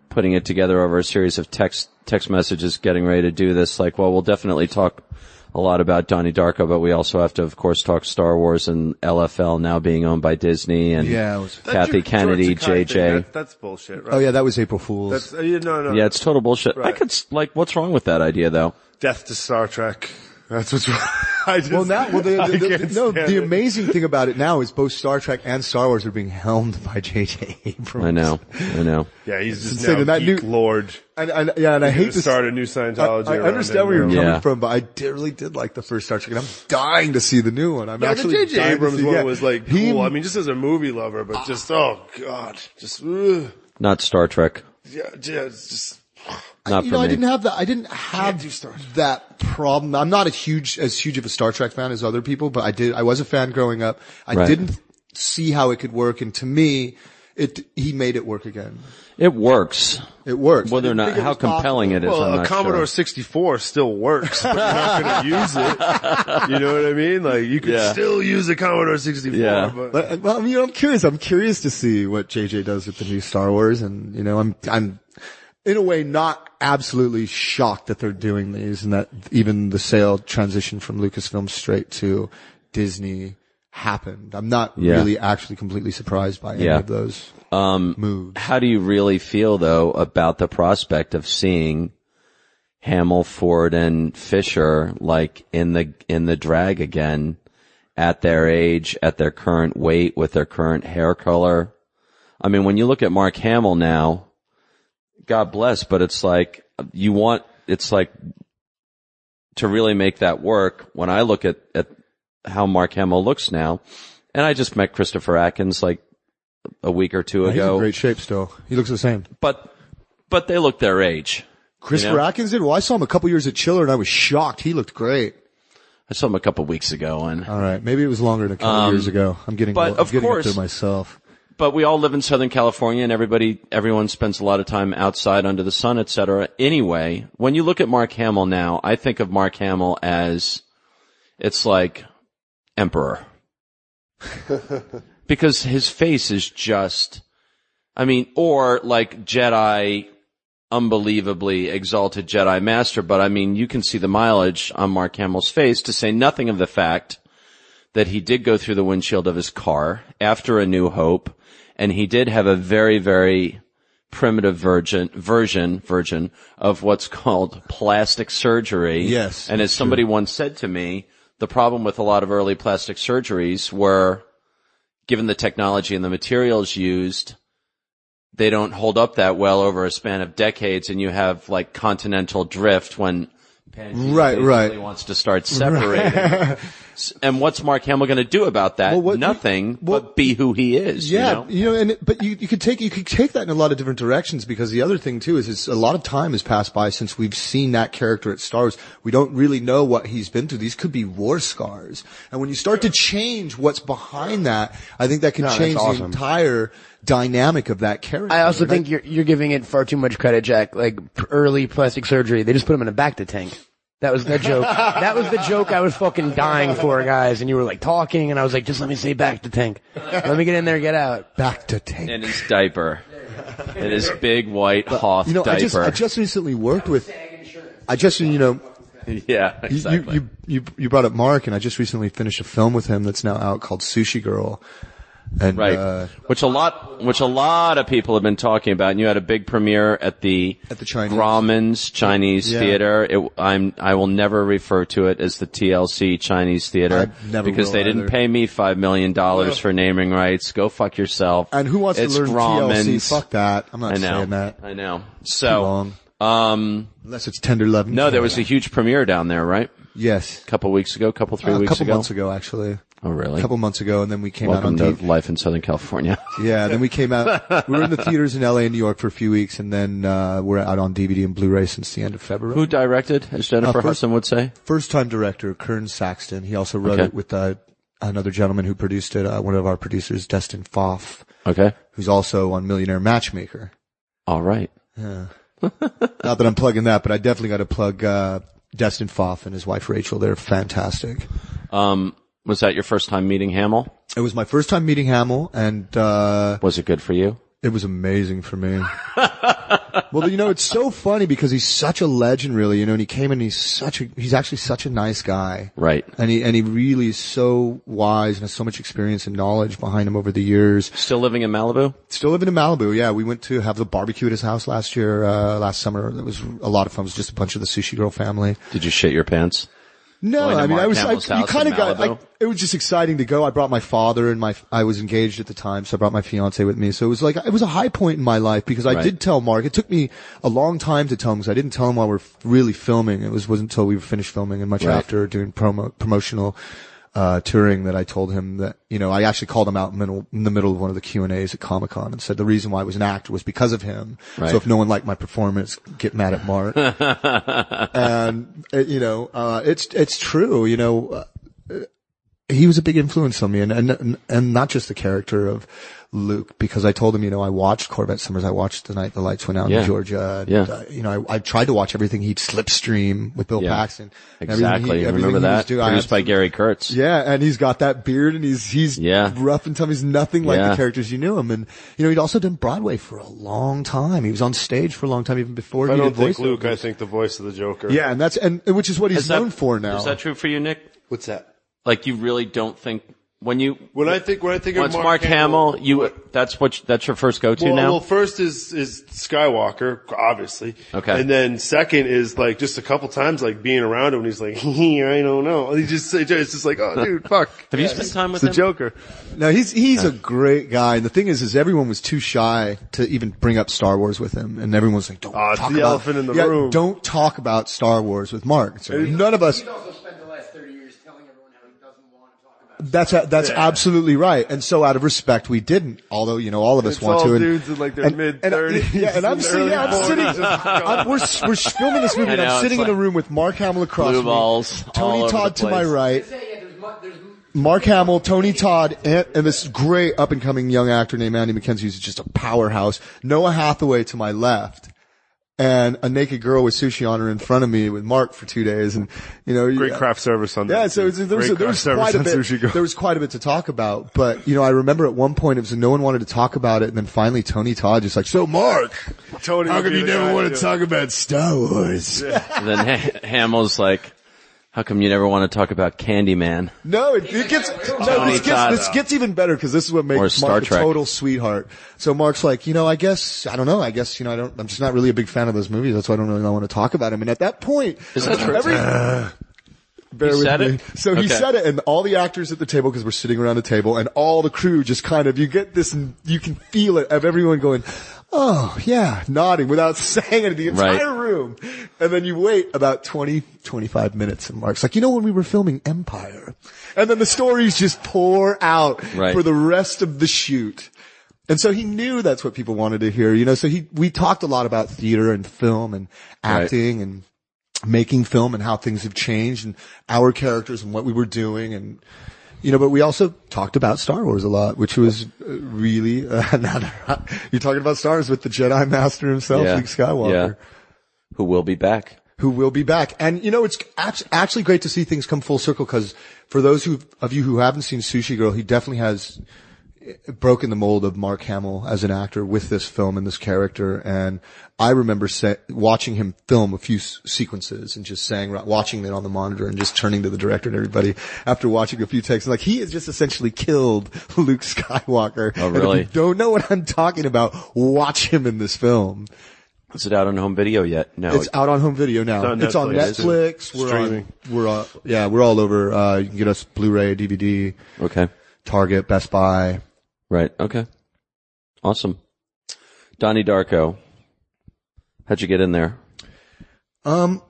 putting it together over a series of text text messages getting ready to do this, like, well, we'll definitely talk a lot about Donnie Darko, but we also have to, of course, talk Star Wars and LFL now being owned by Disney and
Yeah, it was-
That's
Kathy
your George
Kennedy,
Takei
JJ.
thing. That- that's bullshit, right?
Oh yeah, that was April Fool's.
That's, uh, yeah, no, no.
yeah, it's total bullshit. I
Right.
could s- like, what's wrong with that idea though?
Death to Star Trek. That's what's wrong. I just,
well, now, well,
I
the, the, the,
can't
no,
stand
the
it.
amazing thing about it now is both Star Trek and Star Wars are being helmed by J.J. Abrams.
I know, I know.
Yeah, he's just
insane.
now
And that
geek
new-
lord.
And, and, yeah, and I
He
hate this.
start a new
I,
Scientology.
I
around
understand where you're
him now.
coming
Yeah.
from, but I did, really did like the first Star Trek, and I'm dying to see the new one. I'm
No, the
actually
J.J.
dying to
Abrams
see-
one
yeah.
was like
He-
cool. I mean, just as a movie lover, but just oh god, just ugh.
Not Star Trek.
yeah, yeah, it's just
Not
you
for
know, I
me.
didn't have that. I didn't have
do Star Trek.
that problem. I'm not a huge, as huge of a Star Trek fan as other people, but I did. I was a fan growing up. I
Right.
didn't see how it could work, and to me, it he made it work again.
It works.
It works.
Whether
I
or
didn't
not,
think it
how
was possible.
compelling it is, I'm
well, a
not
Commodore
sure.
64 still works, but you're not gonna use it. You know what I mean? Like you could
Yeah.
still use a Commodore 64,
Yeah.
but
But, uh, well, I mean, I'm curious. I'm curious to see what JJ does with the new Star Wars, and you know, I'm I'm in a way not absolutely shocked that they're doing these, and that even the sale transition from Lucasfilm straight to Disney happened. I'm not
Yeah.
really actually completely surprised by any
Yeah.
of those moves.
How do you really feel though about the prospect of seeing Hamill, Ford, and Fisher like in the in the drag again at their age, at their current weight, with their current hair color? I mean, when you look at Mark Hamill now, God bless, but it's like you want it's like to really make that work. When I look at at how Mark Hamill looks now, and I just met Christopher Atkins like a week or two
He's
ago
in great shape still. He looks the same.
but but they look their age.
Christopher Atkins did. Well, I saw him a couple years at Chiller, and I was shocked. He looked great.
I saw him a couple weeks ago, and
All right, maybe it was longer than a couple years ago. I'm getting,
Um, but
I'm
of
getting
course-
up there myself.
but we all live in Southern California, and everybody everyone spends a lot of time outside under the sun, et cetera. Anyway, when you look at Mark Hamill now, I think of Mark Hamill as it's like emperor because his face is just, I mean, or like Jedi. Unbelievably exalted Jedi Master, but I mean, you can see the mileage on Mark Hamill's face to say nothing of the fact that he did go through the windshield of his car after A New Hope, and he did have a very, very primitive virgin, version, version of what's called plastic surgery.
Yes,
And as somebody once said to me, the problem with a lot of early plastic surgeries were, given the technology and the materials used, they don't hold up that well over a span of decades and you have like continental drift when Pangea
Right,
basically
right.
wants to start separating. S- and what's Mark Hamill going to do about that?
Well, what-
Nothing,
well-
but be who he is. you
Yeah,
know?
you know, and but you, you could take you could take that in a lot of different directions because the other thing too is it's a lot of time has passed by since we've seen that character at Star Wars. We don't really know what he's been through. These could be war scars, and when you start to change what's behind that, I think that can
that's
change the
awesome.
entire dynamic of that character.
I also think you're you're giving it far too much credit, Jack. Like p- early plastic surgery, they just put him in a back to tank. That was the joke. that was the joke I was fucking dying for, guys. And you were like talking, and I was like, just let me say back to tank. Let me get in there, and get out.
back to tank.
And his diaper. and his big white Hoth
you know,
diaper.
I just I just recently worked with. I just you know
yeah,
You-
exactly.
You, you, you, you brought up Mark, and I just recently finished a film with him that's now out called Sushi Girl. And,
right.
uh,
which a lot, which a lot of people have been talking about. And you had a big premiere at the
At the Chinese.
Grauman's Chinese
Yeah.
Theater. It, I'm I will never refer to it as the TLC Chinese Theater
I never
because
will
they didn't
either.
pay me five million dollars for naming rights. Go fuck yourself.
and who wants
It's
to learn
Grauman's.
TLC? Fuck that. I'm not
I know.
saying that.
I know.
Too
So,
long.
um,
Unless it's tender love.
no, there was a huge premiere down there, right?
yes.
A couple weeks ago, couple three
Uh, a
weeks
couple
ago.
months ago, actually.
Oh, really?
A couple months ago, and then we came
Welcome
out on
to
TV.
life in Southern California.
Yeah, then we came out. we were in the theaters in LA and New York for a few weeks, and then uh, we're out on DVD and Blu-ray since the end of February.
Who directed, as Jennifer
first-
Hudson would say?
First-time director Kern Saxton. He also wrote
Okay.
it with uh, another gentleman who produced it, uh, one of our producers, Destin Foff,
Okay.
who's also on Millionaire Matchmaker.
All right.
Not that I'm plugging that, but I definitely got to plug uh, Destin Foff and his wife Rachel. They're fantastic.
Um, was that your first time meeting Hamill?
It was my first time meeting Hamill, and uh,
Was it good for you?
it was amazing for me. well, you know, it's so funny because he's such a legend, really. You know, and he came and he's such a—he's actually such a nice guy.
Right.
And he and he really is so wise and has so much experience and knowledge behind him over the years.
Still living in Malibu?
Still living in Malibu, yeah. We went to have the barbecue at his house last year, uh, last summer. It was a lot of fun. It was just a bunch of the sushi girl family.
Did you shit your pants?
No,
Going to
I mean,
Mark
I was, I,
Hamill's
you
house
kind
in
of got,
Malibu?
I, it was just exciting to go. I brought my father and my, I was engaged at the time, so I brought my fiance with me. So it was like, it was a high point in my life because I
Right.
did tell Mark. It took me a long time to tell him because I didn't tell him while we were really filming. It was, wasn't until we were finished filming and much
Right.
after doing promo, promotional, uh, touring that I told him that, you know, I actually called him out in, middle, in the middle of one of the Q and A's at Comic Con and said the reason why I was an actor was because of him.
Right.
So if no one liked my performance, get mad at Mark and uh, you know, uh, it's it's true. You know, uh, he was a big influence on me, and and and not just the character of Luke, because I told him, you know, I watched Corvette Summers, I watched the night the lights went out
Yeah.
in Georgia, and,
Yeah.
uh, you know, I, I tried to watch everything he'd slipstream with Bill
Yeah.
Paxton, and everything he-
Exactly.
everything
Remember
he was
that?
doing, I
Produced by
absolutely-
Gary Kurtz.
yeah, and he's got that beard and he's, he's
Yeah.
rough and tough. He's nothing like
Yeah.
the characters you knew him. And, you know, he'd also done Broadway for a long time. He was on stage for a long time, even before
I
he did
don't think
voiceover.
Luke. I think the voice of the Joker.
Yeah, and that's, and which is what he's
Is that-
known for now.
Is that true for you, Nick?
What's that?
Like you really don't think when you
When I think when I think
when it's
of
Mark
Mark,
Hamill, you that's what that's your first go to
well,
now.
well, first is is Skywalker, obviously.
Okay.
And then second is like just a couple times like being around him, and he's like, I don't know. He just it's just like, oh, dude, fuck.
Have you spent time with
it's the
him?
Joker?
No, he's he's a great guy, and the thing is, is everyone was too shy to even bring up Star Wars with him, and everyone was like, "Don't
Ah, it's
talk
the
about
elephant in the
yeah,
room.
Don't talk about Star Wars with Mark." So none of us.
He's also spent the last 30 years telling everyone how he doesn't want to talk about
That's a, that's absolutely right, and so out of respect, we didn't. Although you know, all of us
It's
want
all
to. and-
dudes in, like, their
and-
mid-
and I-
30s
Yeah, and I'm
and
sitting. Yeah,
early
I'm sitting.
40s.
I'm, we're we're filming this movie,
I
and
know,
I'm
it's
sitting in a
like
room with Mark Hamill across
blue
me,
balls all
Tony
over
Todd
the
to my
place.
right,
it. Say, yeah, there's, mu- there's
Mark Hamill, Tony Todd, and, and this great up and coming young actor named Andy McKenzie who's just a powerhouse. Noah Hathaway to my left. And a naked girl with sushi on her in front of me with Mark for two days, and you know,
Great
yeah.
craft service on that.
Yeah, so it's, there was,
Great
there
craft
was
service
quite a
on
bit.
Sushi Girl.
There was quite a bit to talk about, but you know, I remember at one point it was no one wanted to talk about it, and then finally Tony Todd just like, so Mark,
Tony
how
would
come
be
you
the guy
never
to
want
do
to
it?"
talk about Star Wars?
And then Ha- Hamill's like, how come you never want to talk about Candyman?
No, it, it gets no.
Tony
This
Todd.
gets, this gets even better because this is what
Or
makes
Star
Mark a
Trek.
total sweetheart. So Mark's like, you know, I guess I don't know. I guess you know, I don't. I'm just not really a big fan of those movies. That's why I don't really want to talk about him. And at that point,
Is that true?
every- Bear with
said
me.
it?
So he
Okay.
said it, and all the actors at the table, because we're sitting around a table, and all the crew just kind of, you get this, and you can feel it of everyone going, oh, yeah, nodding without saying it to the
Right.
entire room. And then you wait about 20, 25 minutes, and Mark's like, you know, when we were filming Empire, and then the stories just pour out
Right.
for the rest of the shoot. And so he knew that's what people wanted to hear, you know, so he, we talked a lot about theater and film and acting and making film and how things have changed and our characters and what we were doing and you know, but we also talked about Star Wars a lot, which was uh, really uh, another. You're talking about Star Wars with the Jedi Master himself, Luke Skywalker,
Yeah. Who will be back?
who will be back. And you know, it's act- actually great to see things come full circle because for those who of you who haven't seen Sushi Girl, he definitely has eh, broken the mold of Mark Hamill as an actor with this film and this character. And I remember sa- watching him film a few s- sequences and just saying, watching it on the monitor and just turning to the director and everybody after watching a few takes. Like he has just essentially killed Luke Skywalker.
Oh,
And if you
really?
don't know what I'm talking about. Watch him in this film.
Is it out on home video yet? No.
It's out on home video now.
on
It's on
Netflix.
Netflix. We're
Streaming.
on, we're on, yeah, we're all over. Uh, you can get us Blu-ray, DVD,
okay.
Target, Best Buy.
Right. Okay. Awesome. Donnie Darko. How'd you get in there?
Um,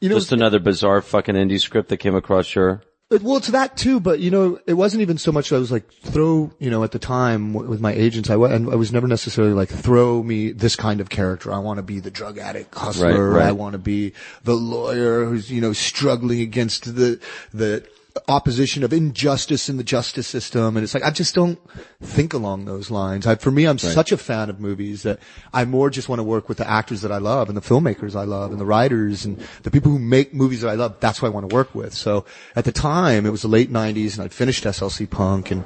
you know,
Just another bizarre fucking indie script that came across your
It- Well, it's that too, but you know, it wasn't even so much that I was like, throw, you know, at the time w- with my agents, I, wa- and I was never necessarily like, throw me this kind of character. I want to be the drug addict hustler.
Right, right.
I want to be the lawyer who's, you know, struggling against the, the, opposition of injustice in the justice system. And it's like, I just don't think along those lines. I, for me, I'm such a fan of movies that I more just want to work with the actors that I love and the filmmakers I love and the writers and the people who make movies that I love. That's who I want to work with. So at the time, it was the late nineties and I'd finished SLC Punk and,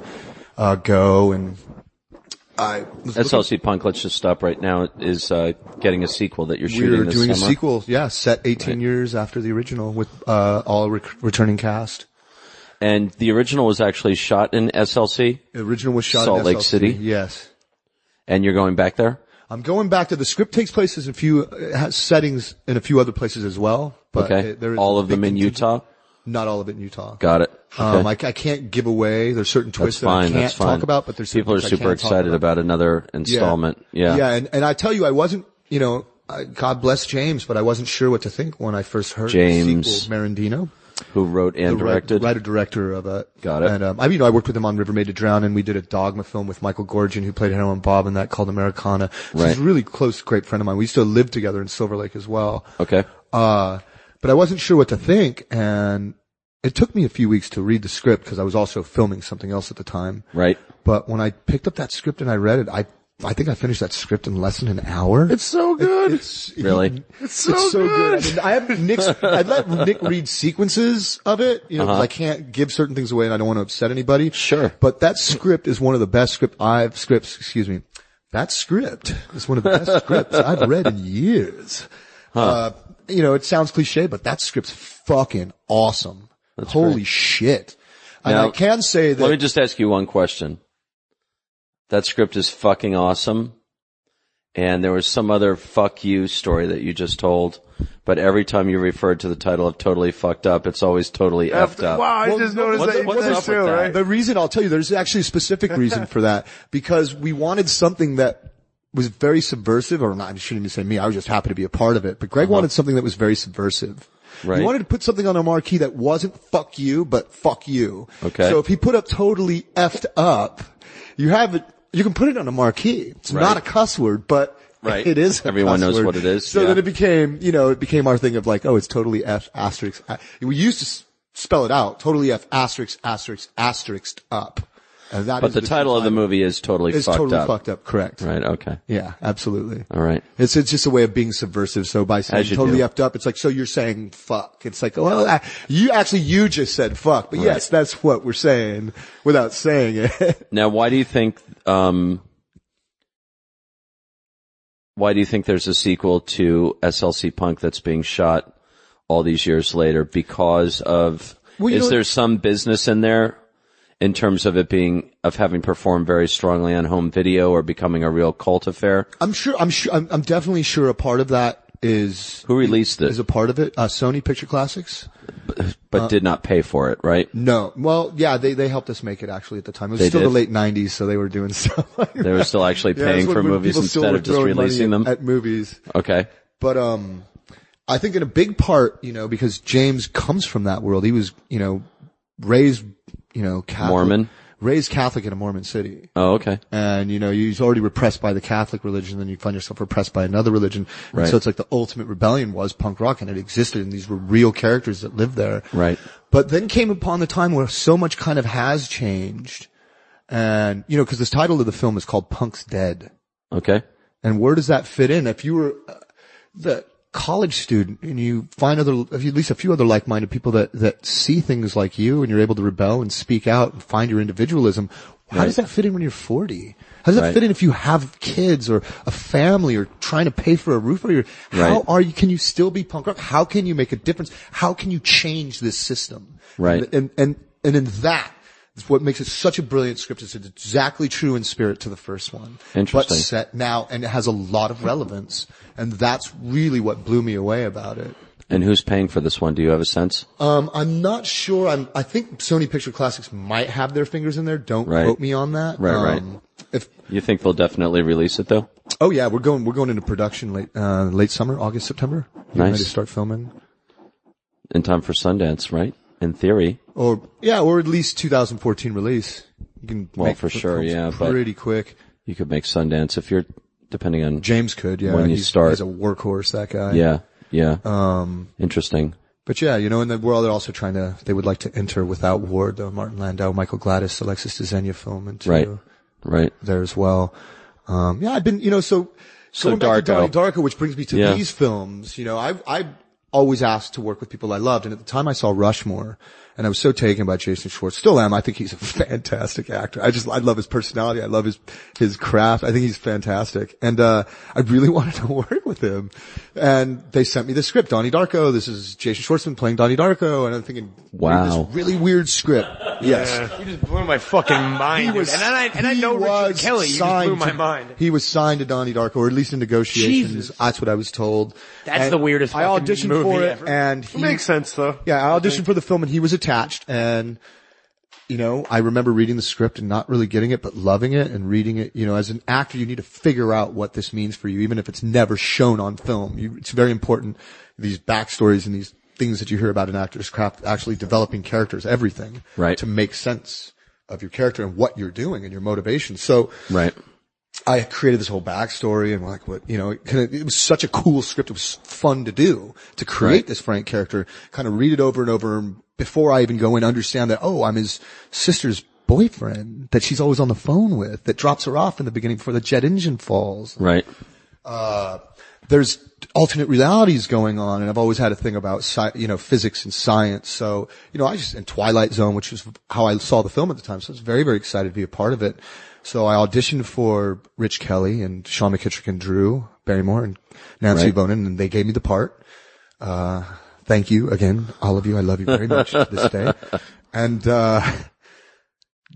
uh, Go and I was
SLC Punk, let's just stop right now, is uh, getting a sequel that you're shooting
we're
this
doing
summer.
a sequel, yeah, set 18 years after the original with uh, all rec- returning cast.
And the original was actually shot in SLC,
The original was shot
Salt
in
Lake
SLC.
City?
Yes.
and you're going back there?
I'm going back to the script takes place in a few it has settings in a few other places as well. But
Okay.
it- Uh, there is
All
a
of them
big
in
contingent-
Utah?
Not all of it in Utah.
Got it.
Um,
Okay.
I, I can't give away. There's certain
that's
twists that I
fine.
can't
That's fine.
talk about, but there's certain
people are
things I
super
can talk
excited about another installment. Yeah.
Yeah, and, and I tell you, I wasn't, you know, I, God bless James, but I wasn't sure what to think when I first heard the
James.
sequel, Merendino.
Who wrote and
the wri-
directed?
writer director of it.
Got it.
And um, I, you know, I worked with him on River Made to Drown, and we did a Dogma film with Michael Gorgian, who played Heroin Bob, in that called Americana. So
Right.
He's a really close, great friend of mine. We used to live together in Silver Lake as well.
Okay.
Uh, but I wasn't sure what to think, and it took me a few weeks to read the script because I was also filming something else at the time.
Right.
But when I picked up that script and I read it, I I think I finished that script in less than an hour.
It's so good.
It's-
Really?
It's so,
it's so
good.
good. I, mean, I have Nick's, I let Nick read sequences of it, you know, 'cause I can't give certain things away and I don't want to upset anybody.
Uh-huh. Sure.
But that script is one of the best script I've, scripts, excuse me. That script is one of the best scripts I've read in years. Uh, you know, it sounds cliche, but that script's fucking awesome. Holy shit. And
Now,
I can say that.
Let me just ask you one question. That script is fucking awesome. And there was some other fuck you story that you just told. But every time you referred to the title of totally fucked up, it's always totally effed
Wow,
up.
I
Well,
just noticed
what's-
that you
what's
did
up
it too,
with that?
right?
The reason I'll tell you, there's actually a specific reason for that because we wanted something that was very subversive, or not, I shouldn't even say me. I was just happy to be a part of it. But Greg wanted something that was very subversive.
Uh-huh. Right.
He wanted to put something on a marquee that wasn't "fuck you," but "fuck you."
Okay.
So if he put up "totally effed up," you have it. You can put it on a marquee. It's not a cuss word, but
Right.
it is. A
Everyone
cuss
knows
word.
what it is,
So
yeah.
then it became, you know, it became our thing of like, oh, it's totally F asterisk. a- We used to s- spell it out, totally F asterisk asterisk asterisk up. And that
But the title of the movie is totally
is
fucked
totally
up.
fucked up. Correct.
Right. Okay.
Yeah, absolutely.
All right.
It's it's just a way of being subversive. So by saying
As you
totally
do.
effed up, it's like so you're saying fuck. It's like well, I, you actually you just said fuck, but yes, that's what we're saying without saying it.
Now, why do you think, um, why do you think there's a sequel to SLC Punk that's being shot all these years later? Because of,
Well, you
is
know-
there some business in there in terms of it being, of having performed very strongly on home video or becoming a real cult affair?
I'm sure. I'm sure. I'm, I'm definitely sure. A part of that is
Who released
is
it,
a part of it. Uh, Sony Picture Classics.
but did not pay for it, right?
No. Well, yeah, they, they helped us make it actually at the time. It was
They
still
did?
the late nineties, so they were doing stuff like
They were still actually
Yeah, that's
paying
when
for
mo-
movies
people still
instead
were
of just
throwing money
releasing them.
at, at movies.
okay.
But, um, I think in a big part, you know, because James comes from that world, he was, you know, raised, you know, Catholic.
Mormon?
Raised Catholic in a Mormon city.
Oh, okay.
And, you know, you're already repressed by the Catholic religion, then you find yourself repressed by another religion. And
Right.
so it's like the ultimate rebellion was punk rock and it existed and these were real characters that lived there.
Right.
But then came upon the time where so much kind of has changed. And, you know, cause this title of the film is called Punk's Dead.
Okay.
And where does that fit in? If you were uh, the college student and you find other, at least a few other like-minded people that, that see things like you and you're able to rebel and speak out and find your individualism, how does that fit in when you're 40? How does that
Right.
fit in if you have kids or a family or trying to pay for a roof over your, how
Right.
are you, can you still be punk rock? How can you make a difference? How can you change this system?
Right.
And, and, and in that, is what makes it such a brilliant script is it's exactly true in spirit to the first one.
Interesting.
But set now and it has a lot of relevance. And that's really what blew me away about it.
And who's paying for this one? Do you have a sense?
Um, I'm not sure. I'm, I think Sony Picture Classics might have their fingers in there. Don't
Right.
quote me on that.
Right, right.
Um, If,
You think they'll definitely release it though?
oh yeah, we're going, we're going into production late, uh, late summer, August, September. We're
Nice.
Ready to start filming.
in time for Sundance, right? In theory.
Or, yeah, or at least 2014 release. You can
Well,
make
for
the
sure,
films
yeah, but-
Pretty quick.
You could make Sundance if you're, depending on,
James could, yeah.
When you
he's,
start.
He's a workhorse, that guy.
yeah, yeah. Um, interesting.
But yeah, you know, in the world, they're also trying to, they would like to enter without Ward, the Martin Landau, Michael Gladys, Alexis DeZenia film into
Right. Right.
there as well. Um, yeah, I've been, you know, so,
So
going back to
Darko.
Donnie Darko, which brings me to
Yeah.
these films, you know, I, I always asked to work with people I loved. And at the time I saw Rushmore and I was so taken by Jason Schwartz. Still am. I think he's a fantastic actor. I just, I love his personality. I love his, his craft. I think he's fantastic. And, uh, I really wanted to work with him. And they sent me the script, Donnie Darko. This is Jason Schwartzman playing Donnie Darko. And I'm thinking, read
Wow.
this really weird script. Yes.
You just blew my fucking mind. dude. and then I and I
he
know Richard
was
Kelly. You just
signed
blew my
to-
mind.
He was signed to Donnie Darko, or at least in negotiations.
Jesus.
That's what I was told.
That's the weirdest
I
fucking
auditioned
movie
for it,
ever.
and he,
Makes sense though.
yeah, I auditioned for the film, and he was attached. And you know, I remember reading the script and not really getting it, but loving it and reading it. You know, as an actor, you need to figure out what this means for you, even if it's never shown on film. You, it's very important. These backstories and these things that you hear about an actor's craft, actually developing characters, everything,
Right.
to make sense of your character and what you're doing and your motivation. So
Right.
I created this whole backstory and like what, you know, it, kinda, it was such a cool script. It was fun to do to create
Right.
this Frank character, kind of read it over and over and before I even go in, understand that, oh, I'm his sister's boyfriend that she's always on the phone with that drops her off in the beginning before the jet engine falls
Right.
uh, there's alternate realities going on, and I've always had a thing about sci- you know physics and science. So you know, I just in Twilight Zone, which was how I saw the film at the time. So I was very very excited to be a part of it. So I auditioned for Rich Kelly and Sean McKittrick and Drew Barrymore and Nancy
Right.
Bonin, and they gave me the part. Uh, thank you again, all of you. I love you very much to this day. And uh,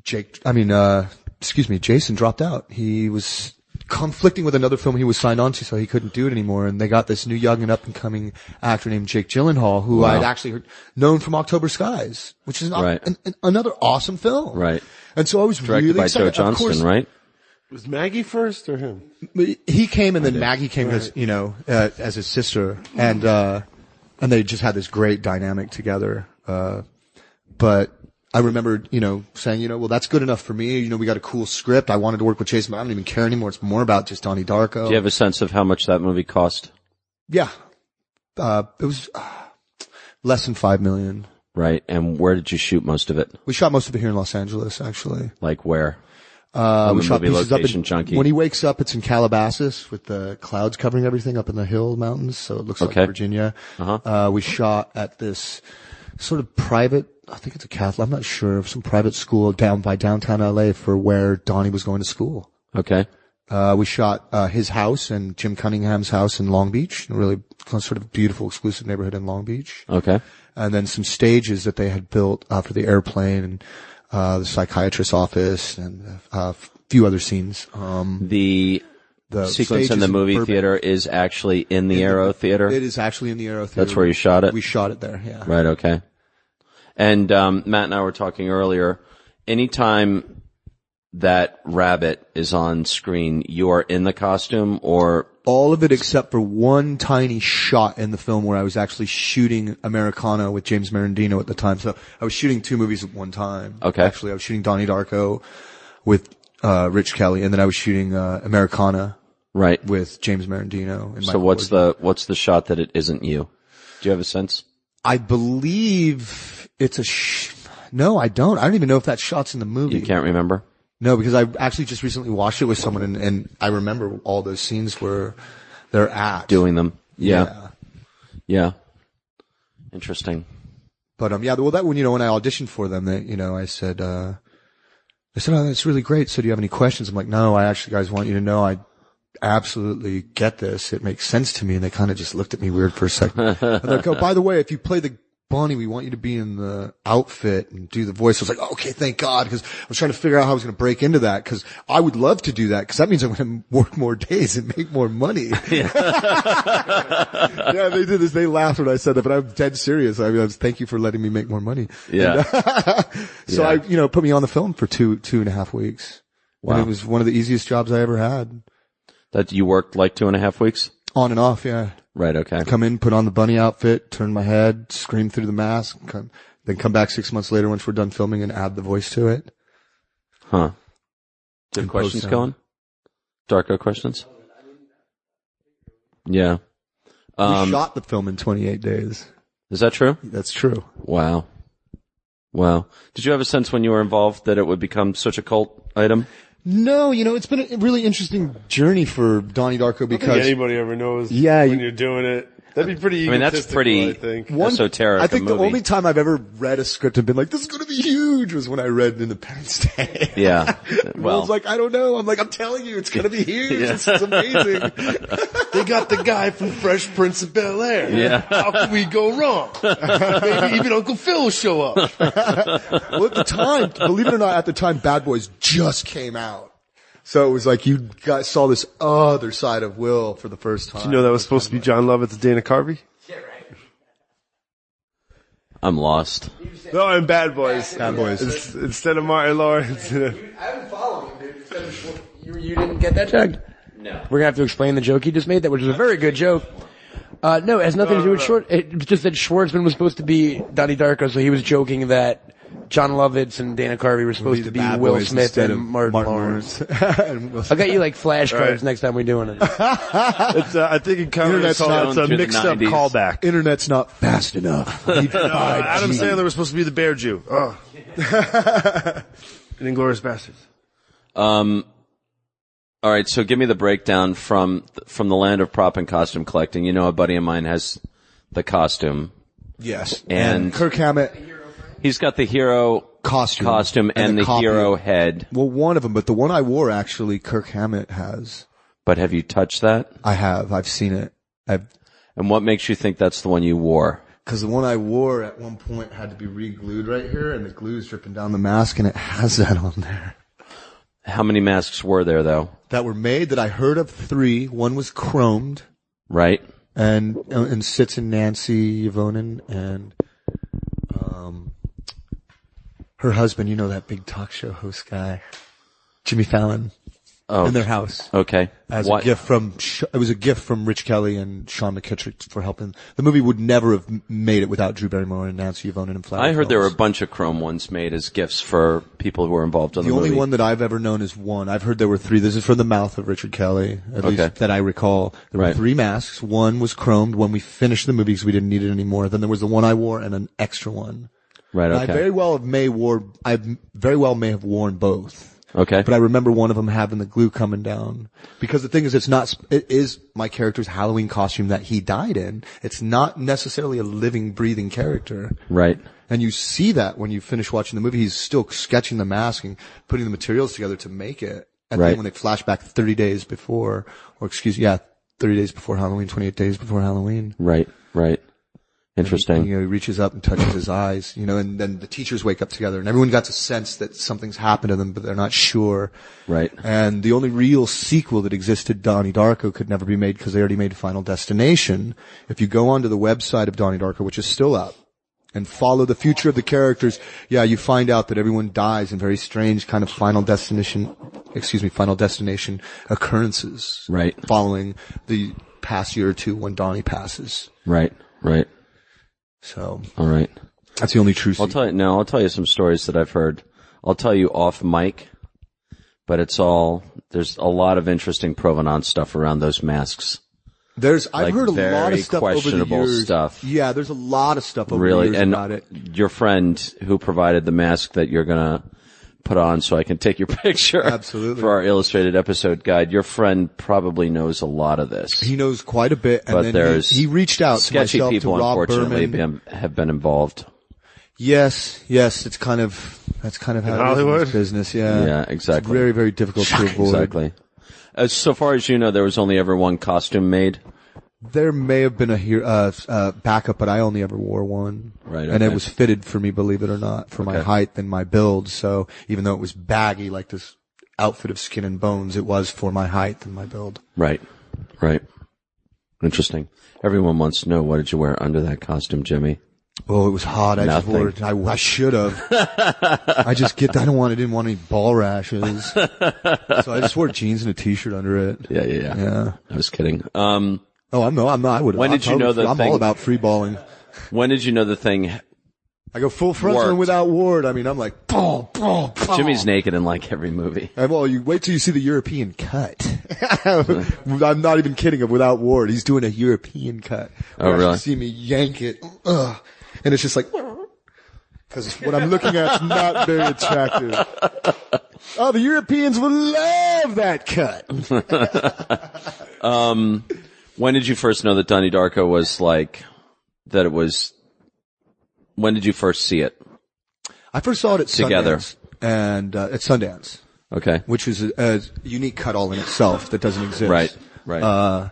Jake, I mean, uh, excuse me, Jason dropped out. He was conflicting with another film he was signed on to, so he couldn't do it anymore. And they got this new young and up and coming actor named Jake Gyllenhaal, who I had actually heard, known from October Skies, which is an,
Right.
an, an- another awesome film.
Right.
And so I was
Directed
really
by
excited.
Joe
Of
Johnston,
course,
right?
Was Maggie first or him?
he came and then Maggie came as you know uh, as his sister, and uh, and they just had this great dynamic together. Uh, but I remember you know saying you know well that's good enough for me. You know we got a cool script. I wanted to work with Jason, but I don't even care anymore. It's more about just Donnie Darko.
Do you have a sense of how much that movie cost?
yeah, uh, it was uh, less than five million.
Right. And where did you shoot most of it?
We shot most of it here in Los Angeles, actually.
Like where?
Uh,
I'm
we
a
shot
movie
pieces up
location
in,
junkie.
When he wakes up, it's in Calabasas with the clouds covering everything up in the hill mountains, so it looks
Okay.
like Virginia. Uh-huh. we shot at this sort of private, I think it's a Catholic, I'm not sure, some private school down by downtown LA for where Donnie was going to school.
Okay.
Uh, we shot, uh, his house and Jim Cunningham's house in Long Beach, a really sort of beautiful, exclusive neighborhood in Long Beach
Okay.
and then some stages that they had built uh, for the airplane and uh, the psychiatrist's office and uh, a few other scenes. Um,
The
the
sequence
Uh, stages
in the movie
Burbank.
theater is actually in the Arrow Theater.
It is actually in the Aero Theater.
That's where you shot it?
We shot it there. Yeah.
Right. Okay. And um, Matt and I were talking earlier. Anytime that rabbit is on screen, you are in the costume, or
All of it except for one tiny shot in the film where I was actually shooting Americana with James Marandino at the time. So I was shooting two movies at one time.
Okay.
Actually, I was shooting Donnie Darko with uh, Rich Kelly, and then I was shooting uh, Americana
right.
with James Marandino. And
So what's the what's the shot that it isn't you? Do you have a sense?
I believe it's a. Sh- no, I don't. I don't even know if that shot's in the movie.
You can't remember.
No, because I actually just recently watched it with someone, and, and I remember all those scenes where they're at.
Doing them. Yeah. Yeah. Interesting.
But um, yeah. Well, that when you know when I auditioned for them, that you know I said, uh, I said, oh, that's really great. So do you have any questions? I'm like, no, I actually guys want you to know I absolutely get this. It makes sense to me. And they kind of just looked at me weird for a second. and they're like, oh, by the way, if you play the Bonnie, we want you to be in the outfit and do the voice. I was like, okay, thank God. Cause I was trying to figure out how I was going to break into that. Cause I would love to do that. Cause that means I'm going to work more days and make more money. yeah, they did this. They laughed when I said that, but I'm dead serious. I mean, I was, thank you for letting me make more money.
Yeah.
So
Yeah.
I, you know, put me on the film for two, two and a half weeks.
Wow.
And it was one of the easiest jobs I ever had.
that you worked like two and a half weeks.
On and off, yeah.
Right. Okay.
Come in, put on the bunny outfit, turn my head, scream through the mask, come, then come back six months later once we're done filming and add the voice to it.
Huh. Do you have
And
questions
post-sound.
going? Darko questions? Yeah.
We
Um,
Um, shot the film in 28 days.
Is that true?
That's true.
Wow. Wow. Did you have a sense when you were involved that it would become such a cult item?
No, you know, it's been a really interesting journey for Donnie Darko
think
because
anybody ever knows
Yeah,
when
you-
you're doing it. That'd be pretty
I mean, that's
egotistical,
pretty-
I think.
One- esoteric,
I think
a
the
movie.
only time I've ever read a script and been like, this is going to be huge was when I read Independence Day.
Yeah.
I
well,
was like, I don't know. I'm like, I'm telling you, it's going to be huge. This is amazing.
They got the guy from Fresh Prince of Bel Air.
yeah.
How can we go wrong? Maybe even Uncle Phil will show up.
well, at the time, believe it or not, at the time, Bad Boys just came out. So it was like you guys saw this other side of Will for the first time.
You know that was supposed to be John Lovett's Dana Carvey?
I'm lost.
No, I'm Bad Boys.
Bad Boys.
It's- instead of Martin Lawrence.
I've been following, dude. Instead of- You, you didn't get that joke? No. We're gonna have to explain the joke you just made, that which is a very good joke. Uh, no, it has nothing to do with Schwartz. It's just that Schwartzman was supposed to be Donnie Darko, so he was joking that John Lovitz and Dana Carvey were supposed to be
Bad
Will
Boys
Smith
instead
and
of
Martin, Lawrence.
Lawrence. And Will
I'll
Smith.
get you like flashcards
All right.
next time we're doing it.
It's, uh, I think in comedy
Internet's
it's called- um,
not
it's a
through the
mixed up
90s.
callback.
Internet's not fast enough. We need 5G.
Adam Sandler was supposed to be the bear Jew. Oh. and Inglorious Bastards.
Um, all right. So give me the breakdown from, from the land of prop and costume collecting. You know, a buddy of mine has the costume.
Yes.
And-
Kirk Hammett
He's got the hero
costume.
costume and,
a
the
copy.
hero head.
Well, one of them, but the one I wore actually, Kirk Hammett has.
But have you touched that?
I have. I've seen it. I've
And what makes you think that's the one you wore?
Because the one I wore at one point had to be re-glued right here, and the glue's dripping down the mask, and it has that on there.
How many masks were there though?
That were made that I heard of three. One was chromed,
Right?
and uh, and sits in Nancy Yvonen and um her husband. You know that big talk show host guy, Jimmy Fallon,
Oh.
in their house.
Okay.
As
Why-
a gift from, Sh- it was a gift from Rich Kelly and Sean McKittrick for helping. The movie would never have m- made it without Drew Barrymore and Nancy Yvonne and Flower.
I heard there were a
Films.
bunch of chrome ones made as gifts for people who were involved in the,
The only
movie.
one that I've ever known is one. I've heard there were three. This is from the mouth of Richard Kelly, at
Okay.
least that I recall. There were
Right.
three masks. One was chromed when we finished the movie because we didn't need it anymore. Then there was the one I wore and an extra one.
right?
And I very
Okay.
well have may wore. I very well may have worn both.
Okay.
But I remember one of them having the glue coming down because the thing is, it's not. sp- It is my character's Halloween costume that he died in. It's not necessarily a living, breathing character.
right.
And you see that when you finish watching the movie, he's still sketching the mask and putting the materials together to make it. And
Right.
then when they flash back 30 days before, or excuse me, yeah, 30 days before Halloween, 28 days before Halloween.
Right. Right.
You
Interesting.
know, he reaches up and touches his eyes, you know, and then the teachers wake up together and everyone got the sense that something's happened to them, but they're not sure.
Right.
And the only real sequel that existed, Donnie Darko, could never be made because they already made Final Destination. If you go onto the website of Donnie Darko, which is still up, and follow the future of the characters, yeah, you find out that everyone dies in very strange kind of Final Destination, excuse me, Final Destination occurrences.
Right.
Following the past year or two when Donnie passes.
Right. Right.
So
All right.
that's the only true
I'll
sequel.
tell you, no, I'll tell you some stories that I've heard. I'll tell you off mic, but it's all, there's a lot of interesting provenance stuff around those masks.
There's, I've
like,
heard a lot
very
of stuff
questionable
over the years.
stuff.
Yeah, there's a lot of stuff over
really
the years
and
about it.
your friend who provided the mask that you're gonna put on so I can take your picture
Absolutely.
for our illustrated episode guide. Your friend probably knows a lot of this.
He knows quite a bit, and
But
then
there's
he, he reached out
Sketchy
to myself
people,
to Rob
unfortunately,
Berman.
been- have been involved.
Yes, yes, it's kind of that's kind of how it is in
Hollywood?
this business. Yeah,
Yeah,
It's
exactly.
very, very difficult to avoid.
Exactly. As so far as you know, there was only ever one costume made.
There may have been a he- uh, uh, backup, but I only ever wore one.
Right,
and
okay.
it was fitted for me, believe it or not, for my
Okay.
height and my build. So even though it was baggy, like this outfit of skin and bones, it was for my height and my build.
Right. Right. Interesting. Everyone wants to know what did you wear under that costume, Jimmy?
Oh, it was hot. I
Nothing.
just wore it. I, I should have. I just get. I don't want. I didn't want any ball rashes. so I just wore jeans and a t-shirt under it.
Yeah, yeah, yeah.
Yeah.
I was kidding. Um,
Oh, I'm no. I'm not. I would.
When
I'm
did you know
totally-
the
I'm
thing-
all about free balling.
when did you know the thing
I go full frontal and
Worked.
without ward. I mean, I'm like, boom, boom, boom.
Jimmy's naked in like every movie.
And, well, you wait till you see the European cut. I'm not even kidding. Of without Ward, he's doing a European cut.
Oh,
You
really?
actually See me yank it, Ugh. and it's just like because what I'm looking at is not very attractive. Oh, the Europeans would love that cut.
When did you first know that Donnie Darko was like, that it was, when did you first see it?
I first saw it at
Together.
Sundance, and uh, at Sundance,
Okay.
which is a, a unique cut all in itself that doesn't exist.
Right. Right.
uh,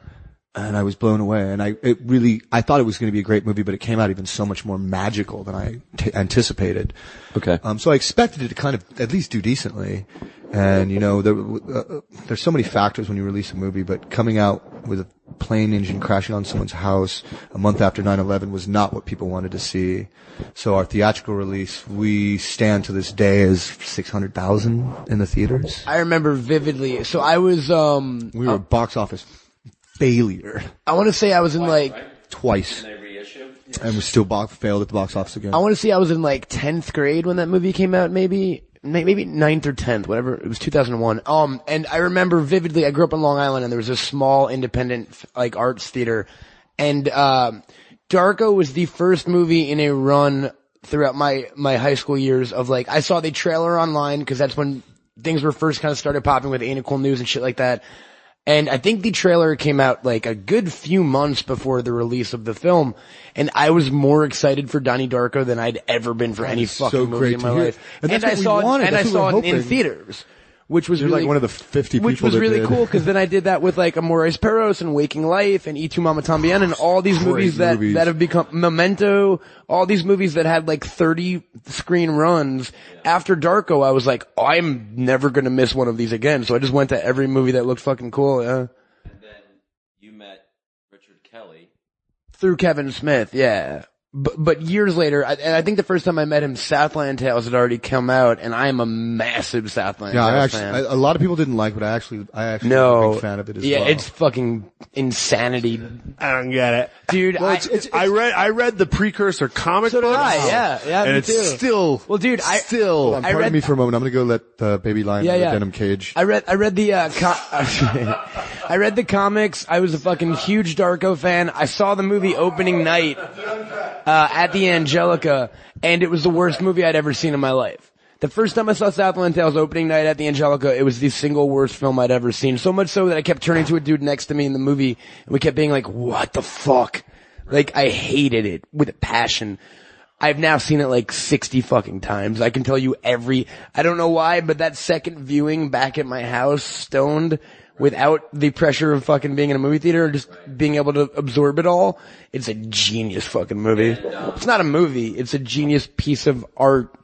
and I was blown away. And I, it really, I thought it was going to be a great movie, but it came out even so much more magical than I t- anticipated.
okay.
Um, so I expected it to kind of at least do decently. And you know, there, uh, there's so many factors when you release a movie, but coming out with a plane engine crashing on someone's house a month after 9/11 was not what people wanted to see. So our theatrical release, we stand to this day as 600,000 in the theaters.
I remember vividly. So I was, um,
We were a box office failure
I want to say I was in like,
twice. and was still bo- failed at the box office again.
I want to say I was in like 10th grade when that movie came out, maybe, may- maybe 9th or 10th, whatever. It was 2001. Um, and I remember vividly, I grew up on Long Island and there was a small independent, like, arts theater. And, um, Darko was the first movie in a run throughout my, my high school years of like, I saw the trailer online cause that's when things were first kind of started popping with Anacool News and shit like that. And I think the trailer came out like a good few months before the release of the film. And I was more excited for Donnie Darko than I'd ever been for any
is
fucking
so
movie
great
in
to
my
hear.
life.
And
And,
that's
I
what we
saw
wanted.
it, and
That's
I
what
saw
we're
it in
hoping.
theaters, which was
You're
really,
like one of the 50
which
people
was
that
really
did.
cool because then I did that with like Amores Perros and Waking Life and E Tu Mama Tambien and all these movies that
movies.
that have become Memento, all these movies that had like 30 screen runs. After Darko, I was like, I'm never gonna miss one of these again. So I just went to every movie that looked fucking cool. Yeah.
You met Richard Kelly.
through Kevin Smith, yeah. But, but years later, I, and I think the first time I met him, Southland Tales had already come out, and I am a massive Southland
yeah, I
Tales
actually,
fan.
I, a lot of people didn't like, it, but I actually, I actually am
no,
a big fan of it as
yeah,
well.
it's fucking insanity,
I don't get it.
dude.
Well,
I,
it's, it's, I read I read the precursor comic
So did
books.
I, yeah, yeah,
and
me
it's
too.
still
well, dude, I
still.
Hold on,
I
pardon
read-
me for a moment. I'm gonna go let the baby lion
Yeah,
out of the
yeah.
denim cage.
I read I read the uh, co- I read the comics. I was a fucking huge Darko fan. I saw the movie opening night uh, at the Angelica, and it was the worst movie I'd ever seen in my life. The first time I saw Southland Tales opening night at the Angelica, it was the single worst film I'd ever seen. So much so that I kept turning to a dude next to me in the movie, and we kept being like, "What the fuck?" Like I hated it with a passion. I've now seen it like 60 fucking times. I can tell you every, I don't know why, but that second viewing back at my house, stoned, without the pressure of fucking being in a movie theater, just being able to absorb it all, it's a genius fucking movie. it's not a movie, it's a genius piece of art.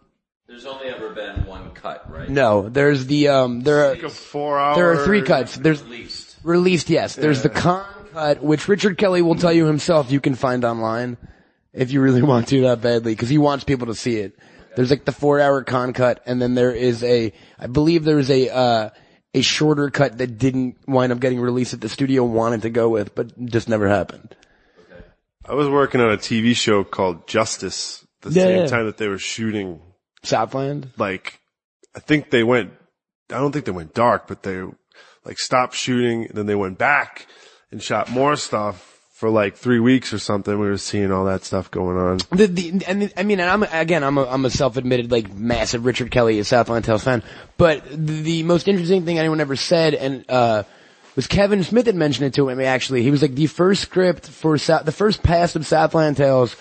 There's only ever been one cut, right?
No, there's the, um, there
like a
are,
four hour.
there are three cuts. There's,
Least.
released, yes. There's the con cut, which Richard Kelly will tell you himself you can find online if you really want to that badly, because he wants people to see it. There's like the four hour con cut, and then there is a, I believe there is a, uh, a shorter cut that didn't wind up getting released that the studio wanted to go with, but just never happened.
I was working on a TV show called Justice the
Yeah,
same
yeah.
time that they were shooting.
Southland?
Like, I think they went. I don't think they went dark, but they like stopped shooting. Then they went back and shot more stuff for like three weeks or something. We were seeing all that stuff going on.
The, the, and the- I mean, and I'm, again, I'm a, I'm a self-admitted, like, massive Richard Kelly Southland Tales fan, but the, the most interesting thing anyone ever said, and, uh, was Kevin Smith had mentioned it to him, actually. He was like, the first script for South, the first pass of Southland Tales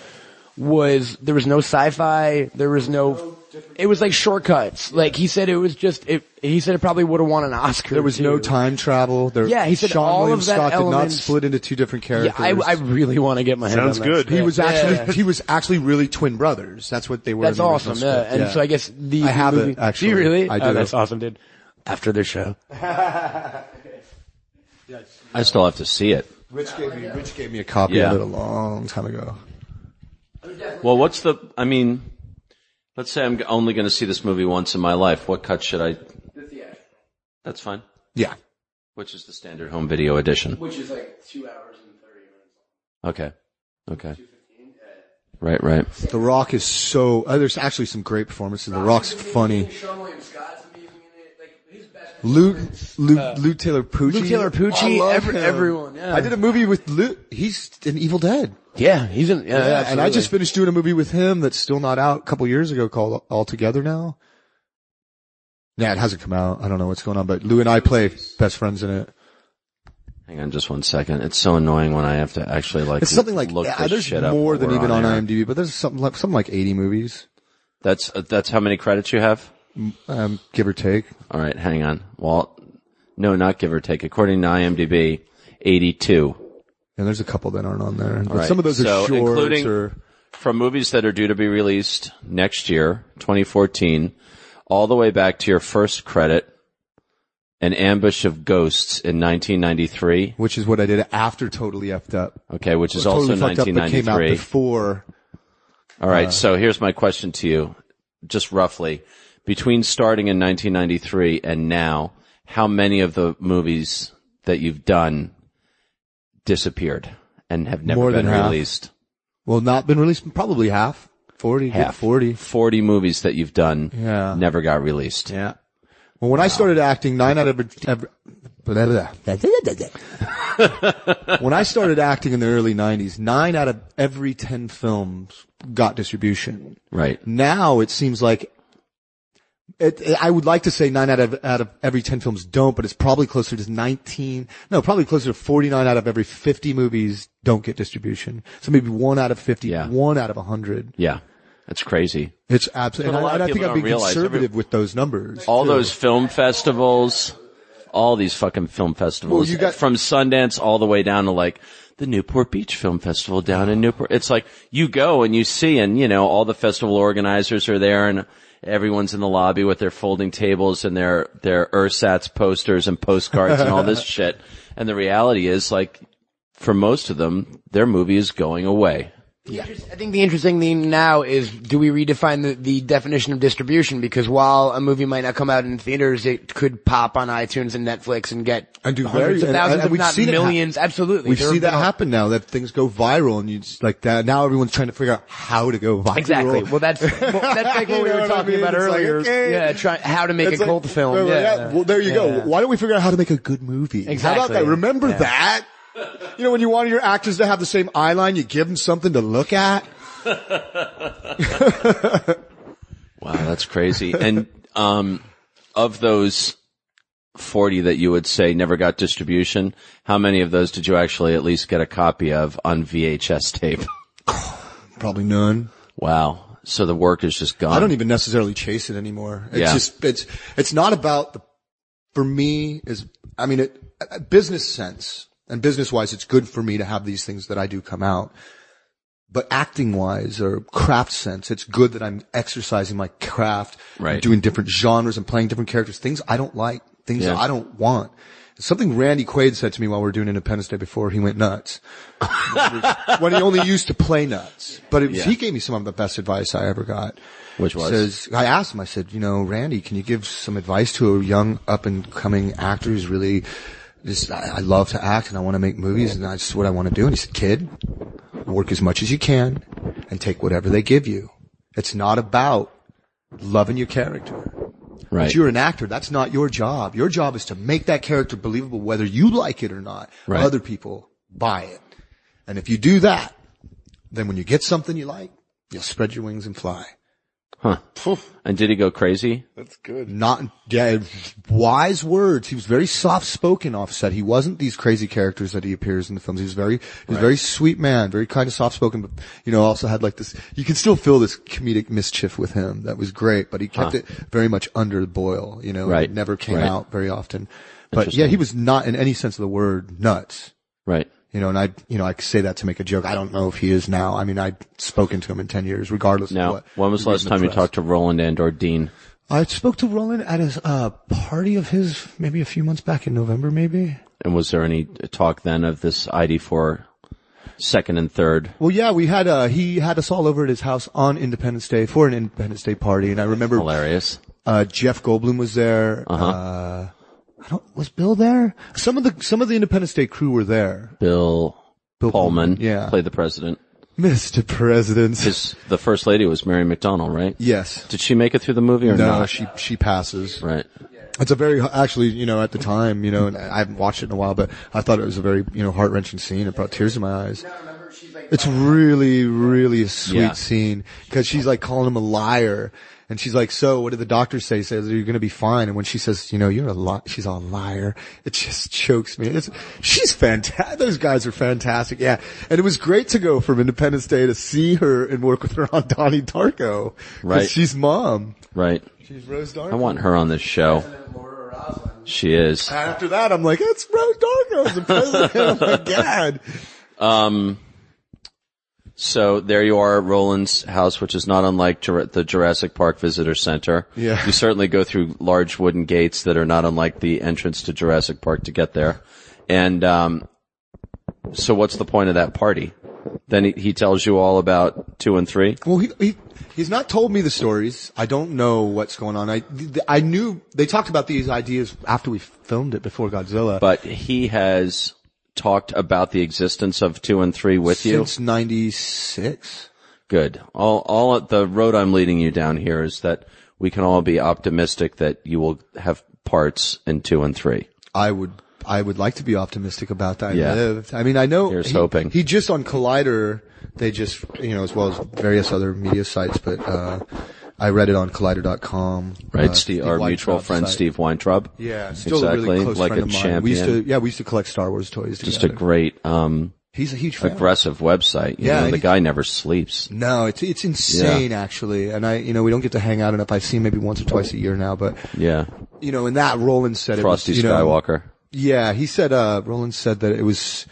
was, there was no sci-fi, there was no, it was like shortcuts. Like, he said it was just, it, he said it probably would have won an Oscar.
There was no
too.
time travel. There,
Yeah, he said
Sean
all
William
of that
Scott did not
elements-
split into two different
Yeah,
characters.
I, I really want to get my
Sounds
hands on that
good.
script.
He
he was
Yeah.
actually he was actually really twin brothers. That's what they were.
That's
in the original
awesome. Yeah.
script.
And so I guess the
I have
the movie,
it actually.
Do you really?
I do.
Oh, that's awesome, dude. After the show,
I still have to see it.
Rich gave me Rich gave me a copy
Yeah.
of it a long time ago.
Well, what's the, I mean, let's say I'm only going to see this movie once in my life. What cut should I? That's fine.
Yeah,
Which is the standard home video edition.
which is like two hours and thirty minutes.
Okay. Okay. Right, right.
The Rock is so. Uh, there's actually some great performances. The Rock's funny. Luke, Luke, Luke Taylor Pucci.
Luke Taylor Pucci,
I love
every-
him.
everyone, yeah.
I did a movie with Luke. He's in Evil Dead.
Yeah, he's in. Yeah, yeah
and I just finished doing a movie with him that's still not out a couple years ago called All Together Now. Nah, it hasn't come out. I don't know what's going on, but Lou and I play best friends in it.
Hang on just one second. It's so annoying when I have to actually like
It's something like
look
yeah,
this
there's
shit up
more
while
than
we're
even on,
air.
IMDb, but there's something like something like 80 movies,
That's uh, that's how many credits you have.
um, give or take.
All right, hang on, Walt. No, not give or take. According to IMDb, eighty-two.
And there's a couple that aren't on there. But
right,
some of those
so
are shorts
including-
or
from movies that are due to be released next year, 2014, all the way back to your first credit, An Ambush of Ghosts in 1993.
which is what I did after Totally Effed Up.
Okay, which is
totally
also
fucked up, but came out uh,
1993.
before.
All right, so here's my question to you, just roughly. Between starting in 1993 and now, how many of the movies that you've done disappeared and have never
More
been
than half.
released?
Well, not been released. Probably half, 40,
Half.
40.
40 movies that you've done
Yeah.
never got released.
Yeah. Well, when I started acting, nine out of every, every- blah, blah, blah. when I started acting in the early '90s, nine out of every ten films got distribution.
Right.
Now it seems like it, it- I would like to say nine out of out of every ten films don't, but it's probably closer to nineteen. No, probably closer to forty-nine out of every fifty movies don't get distribution. So maybe one out of fifty,
Yeah.
one out of a hundred.
Yeah. That's crazy.
It's absolutely.
But a
And, I-
lot
and
of
I think
people
I'm being
don't realize every-
conservative with those numbers.
All
too.
those film festivals, all these fucking film festivals,
Well, you got-
from Sundance all the way down to like the Newport Beach Film Festival down in Newport. It's like you go and you see and you know, all the festival organizers are there and everyone's in the lobby with their folding tables and their, their ersatz posters and postcards and all this shit. And the reality is like, for most of them, their movie is going away.
I think the interesting thing now is do we redefine the, the definition of distribution? Because while a movie might not come out in theaters, it could pop on iTunes and Netflix and get
And do
hundreds
very-
of
and-
thousands,
and
if
we've
not
seen it hap-
millions. Absolutely,
We've
There have
seen that
been a-
happen now that things go viral and you just like that. Now everyone's trying to figure out how to go viral.
Exactly. Well, that's well, that's like what
You
we
know
were
what I
talking
mean?
about
It's like,
earlier.
okay.
Yeah, try how to make
It's
a
like-
cult film.
well,
yeah,
Well, there you
Yeah.
go. Why don't we figure out how to make a good movie? How about
Exactly.
that? Remember that? You know, when you want your actors to have the same eye line, you give them something to look at.
Wow, that's crazy. and um, of those forty that you would say never got distribution, how many of those did you actually at least get a copy of on VHS tape?
Probably none.
wow. So the work is just gone.
I don't even necessarily chase it anymore. It's
Yeah.
just it's it's not about the for me is I mean it uh, business sense and business wise it's good for me to have these things that I do come out. But acting wise or craft sense, it's good that I'm exercising my craft,
Right.
doing different genres and playing different characters, things I don't like, things
Yeah.
that I don't want. Something Randy Quaid said to me while we were doing Independence Day before he went nuts. when he only used to play nuts. But it was, he gave me some of the best advice I ever got.
Which was?
Says, I asked him, I said, you know, Randy, can you give some advice to a young up and coming actor who's really just, I, I love to act and I want to make movies and that's what I want to do. And he said, kid, work as much as you can and take whatever they give you. It's not about loving your character.
right.
But you're an actor. That's not your job. Your job is to make that character believable, whether you like it or not.
Right.
Other people buy it. And if you do that, then when you get something you like, you'll spread your wings and fly.
and did he go crazy?
That's good.
Not yeah, wise words. He was very soft spoken offset. He wasn't these crazy characters that he appears in the films. He was very, he was a very sweet man, very kind of soft spoken, but you know, also had like this, you could still feel this comedic mischief with him. That was great, but he kept it very much under the boil, you know, and
Right.
it never came
Right.
out very often. But yeah, he was not in any sense of the word nuts.
Right.
You know, and I, you know, I say that to make a joke. I don't know if he is now. I mean, I've spoken to him in 10 years, regardless
Now,
of what.
when was the
we read
last
in
time you
press.
talked to Roland and or Dean?
I spoke to Roland at his uh, party of his maybe a few months back in November, maybe.
And was there any talk then of this ID4 second and third?
Well, yeah, we had uh, he had us all over at his house on Independence Day for an Independence Day party, and I remember
Hilarious. Uh-huh.
uh, Jeff Goldblum was there. uh I don't was Bill there. Some of the some of the Independence Day crew were there.
Bill,
Bill
Pullman,
yeah.
played the president.
Mr. President.
Because the first lady was Mary McDonald, right?
yes.
Did she make it through the movie or
No,
not?
she, she passes.
Right.
It's a very, actually, you know, at the time, you know, and I haven't watched it in a while, but I thought it was a very, you know, heart wrenching scene. It brought tears to my eyes. It's really, really a sweet
Yeah.
scene because she's like calling him a liar. And she's like, so what did the doctor say? He Says you're going to be fine. And when she says, you know, you're a liar, she's all liar. It just chokes me. It's, she's fantastic. Those guys are fantastic. Yeah. And it was great to go from Independence Day to see her and work with her on Donnie Darko. 'Cause
Right.
She's mom.
Right.
She's Rose Darko.
I want her on this show. She is.
And after that, I'm like, it's Rose Darko as the president. oh my god.
So there you are at Roland's house, which is not unlike Jur- the Jurassic Park Visitor Center.
Yeah.
You certainly go through large wooden gates that are not unlike the entrance to Jurassic Park to get there. And, um, so what's the point of that party? Then he, he tells you all about two and three.
Well, he, he he's not told me the stories. I don't know what's going on. I I knew they talked about these ideas after we filmed it before Godzilla.
but he has talked about the existence of two and three with you.
since '96.
Good. All, all the road I'm leading you down here is that we can all be optimistic that you will have parts in two and three.
I would I would like to be optimistic about that. I
Yeah.
lived. I mean, I know.
Here's
he,
hoping.
He just on Collider. They just you know as well as various other media sites, but uh, I read it on Collider.com.
Right.
uh,
Steve, our
Weintraub's
mutual friend
site.
Steve Weintraub.
Yeah, still
exactly.
a really close
like
friend
a
of mine.
champion.
We used to yeah we used to collect Star Wars toys together.
Just a great, um,
He's a huge fan.
aggressive website. You
Yeah,
know,
and
the
he-
guy never sleeps.
No, it's it's insane actually, and I you know we don't get to hang out enough. I see him maybe once or twice a year now, but
Yeah.
you know in that Roland said
Frosty
it was, you know,
Skywalker.
Yeah, he said uh Roland said that it was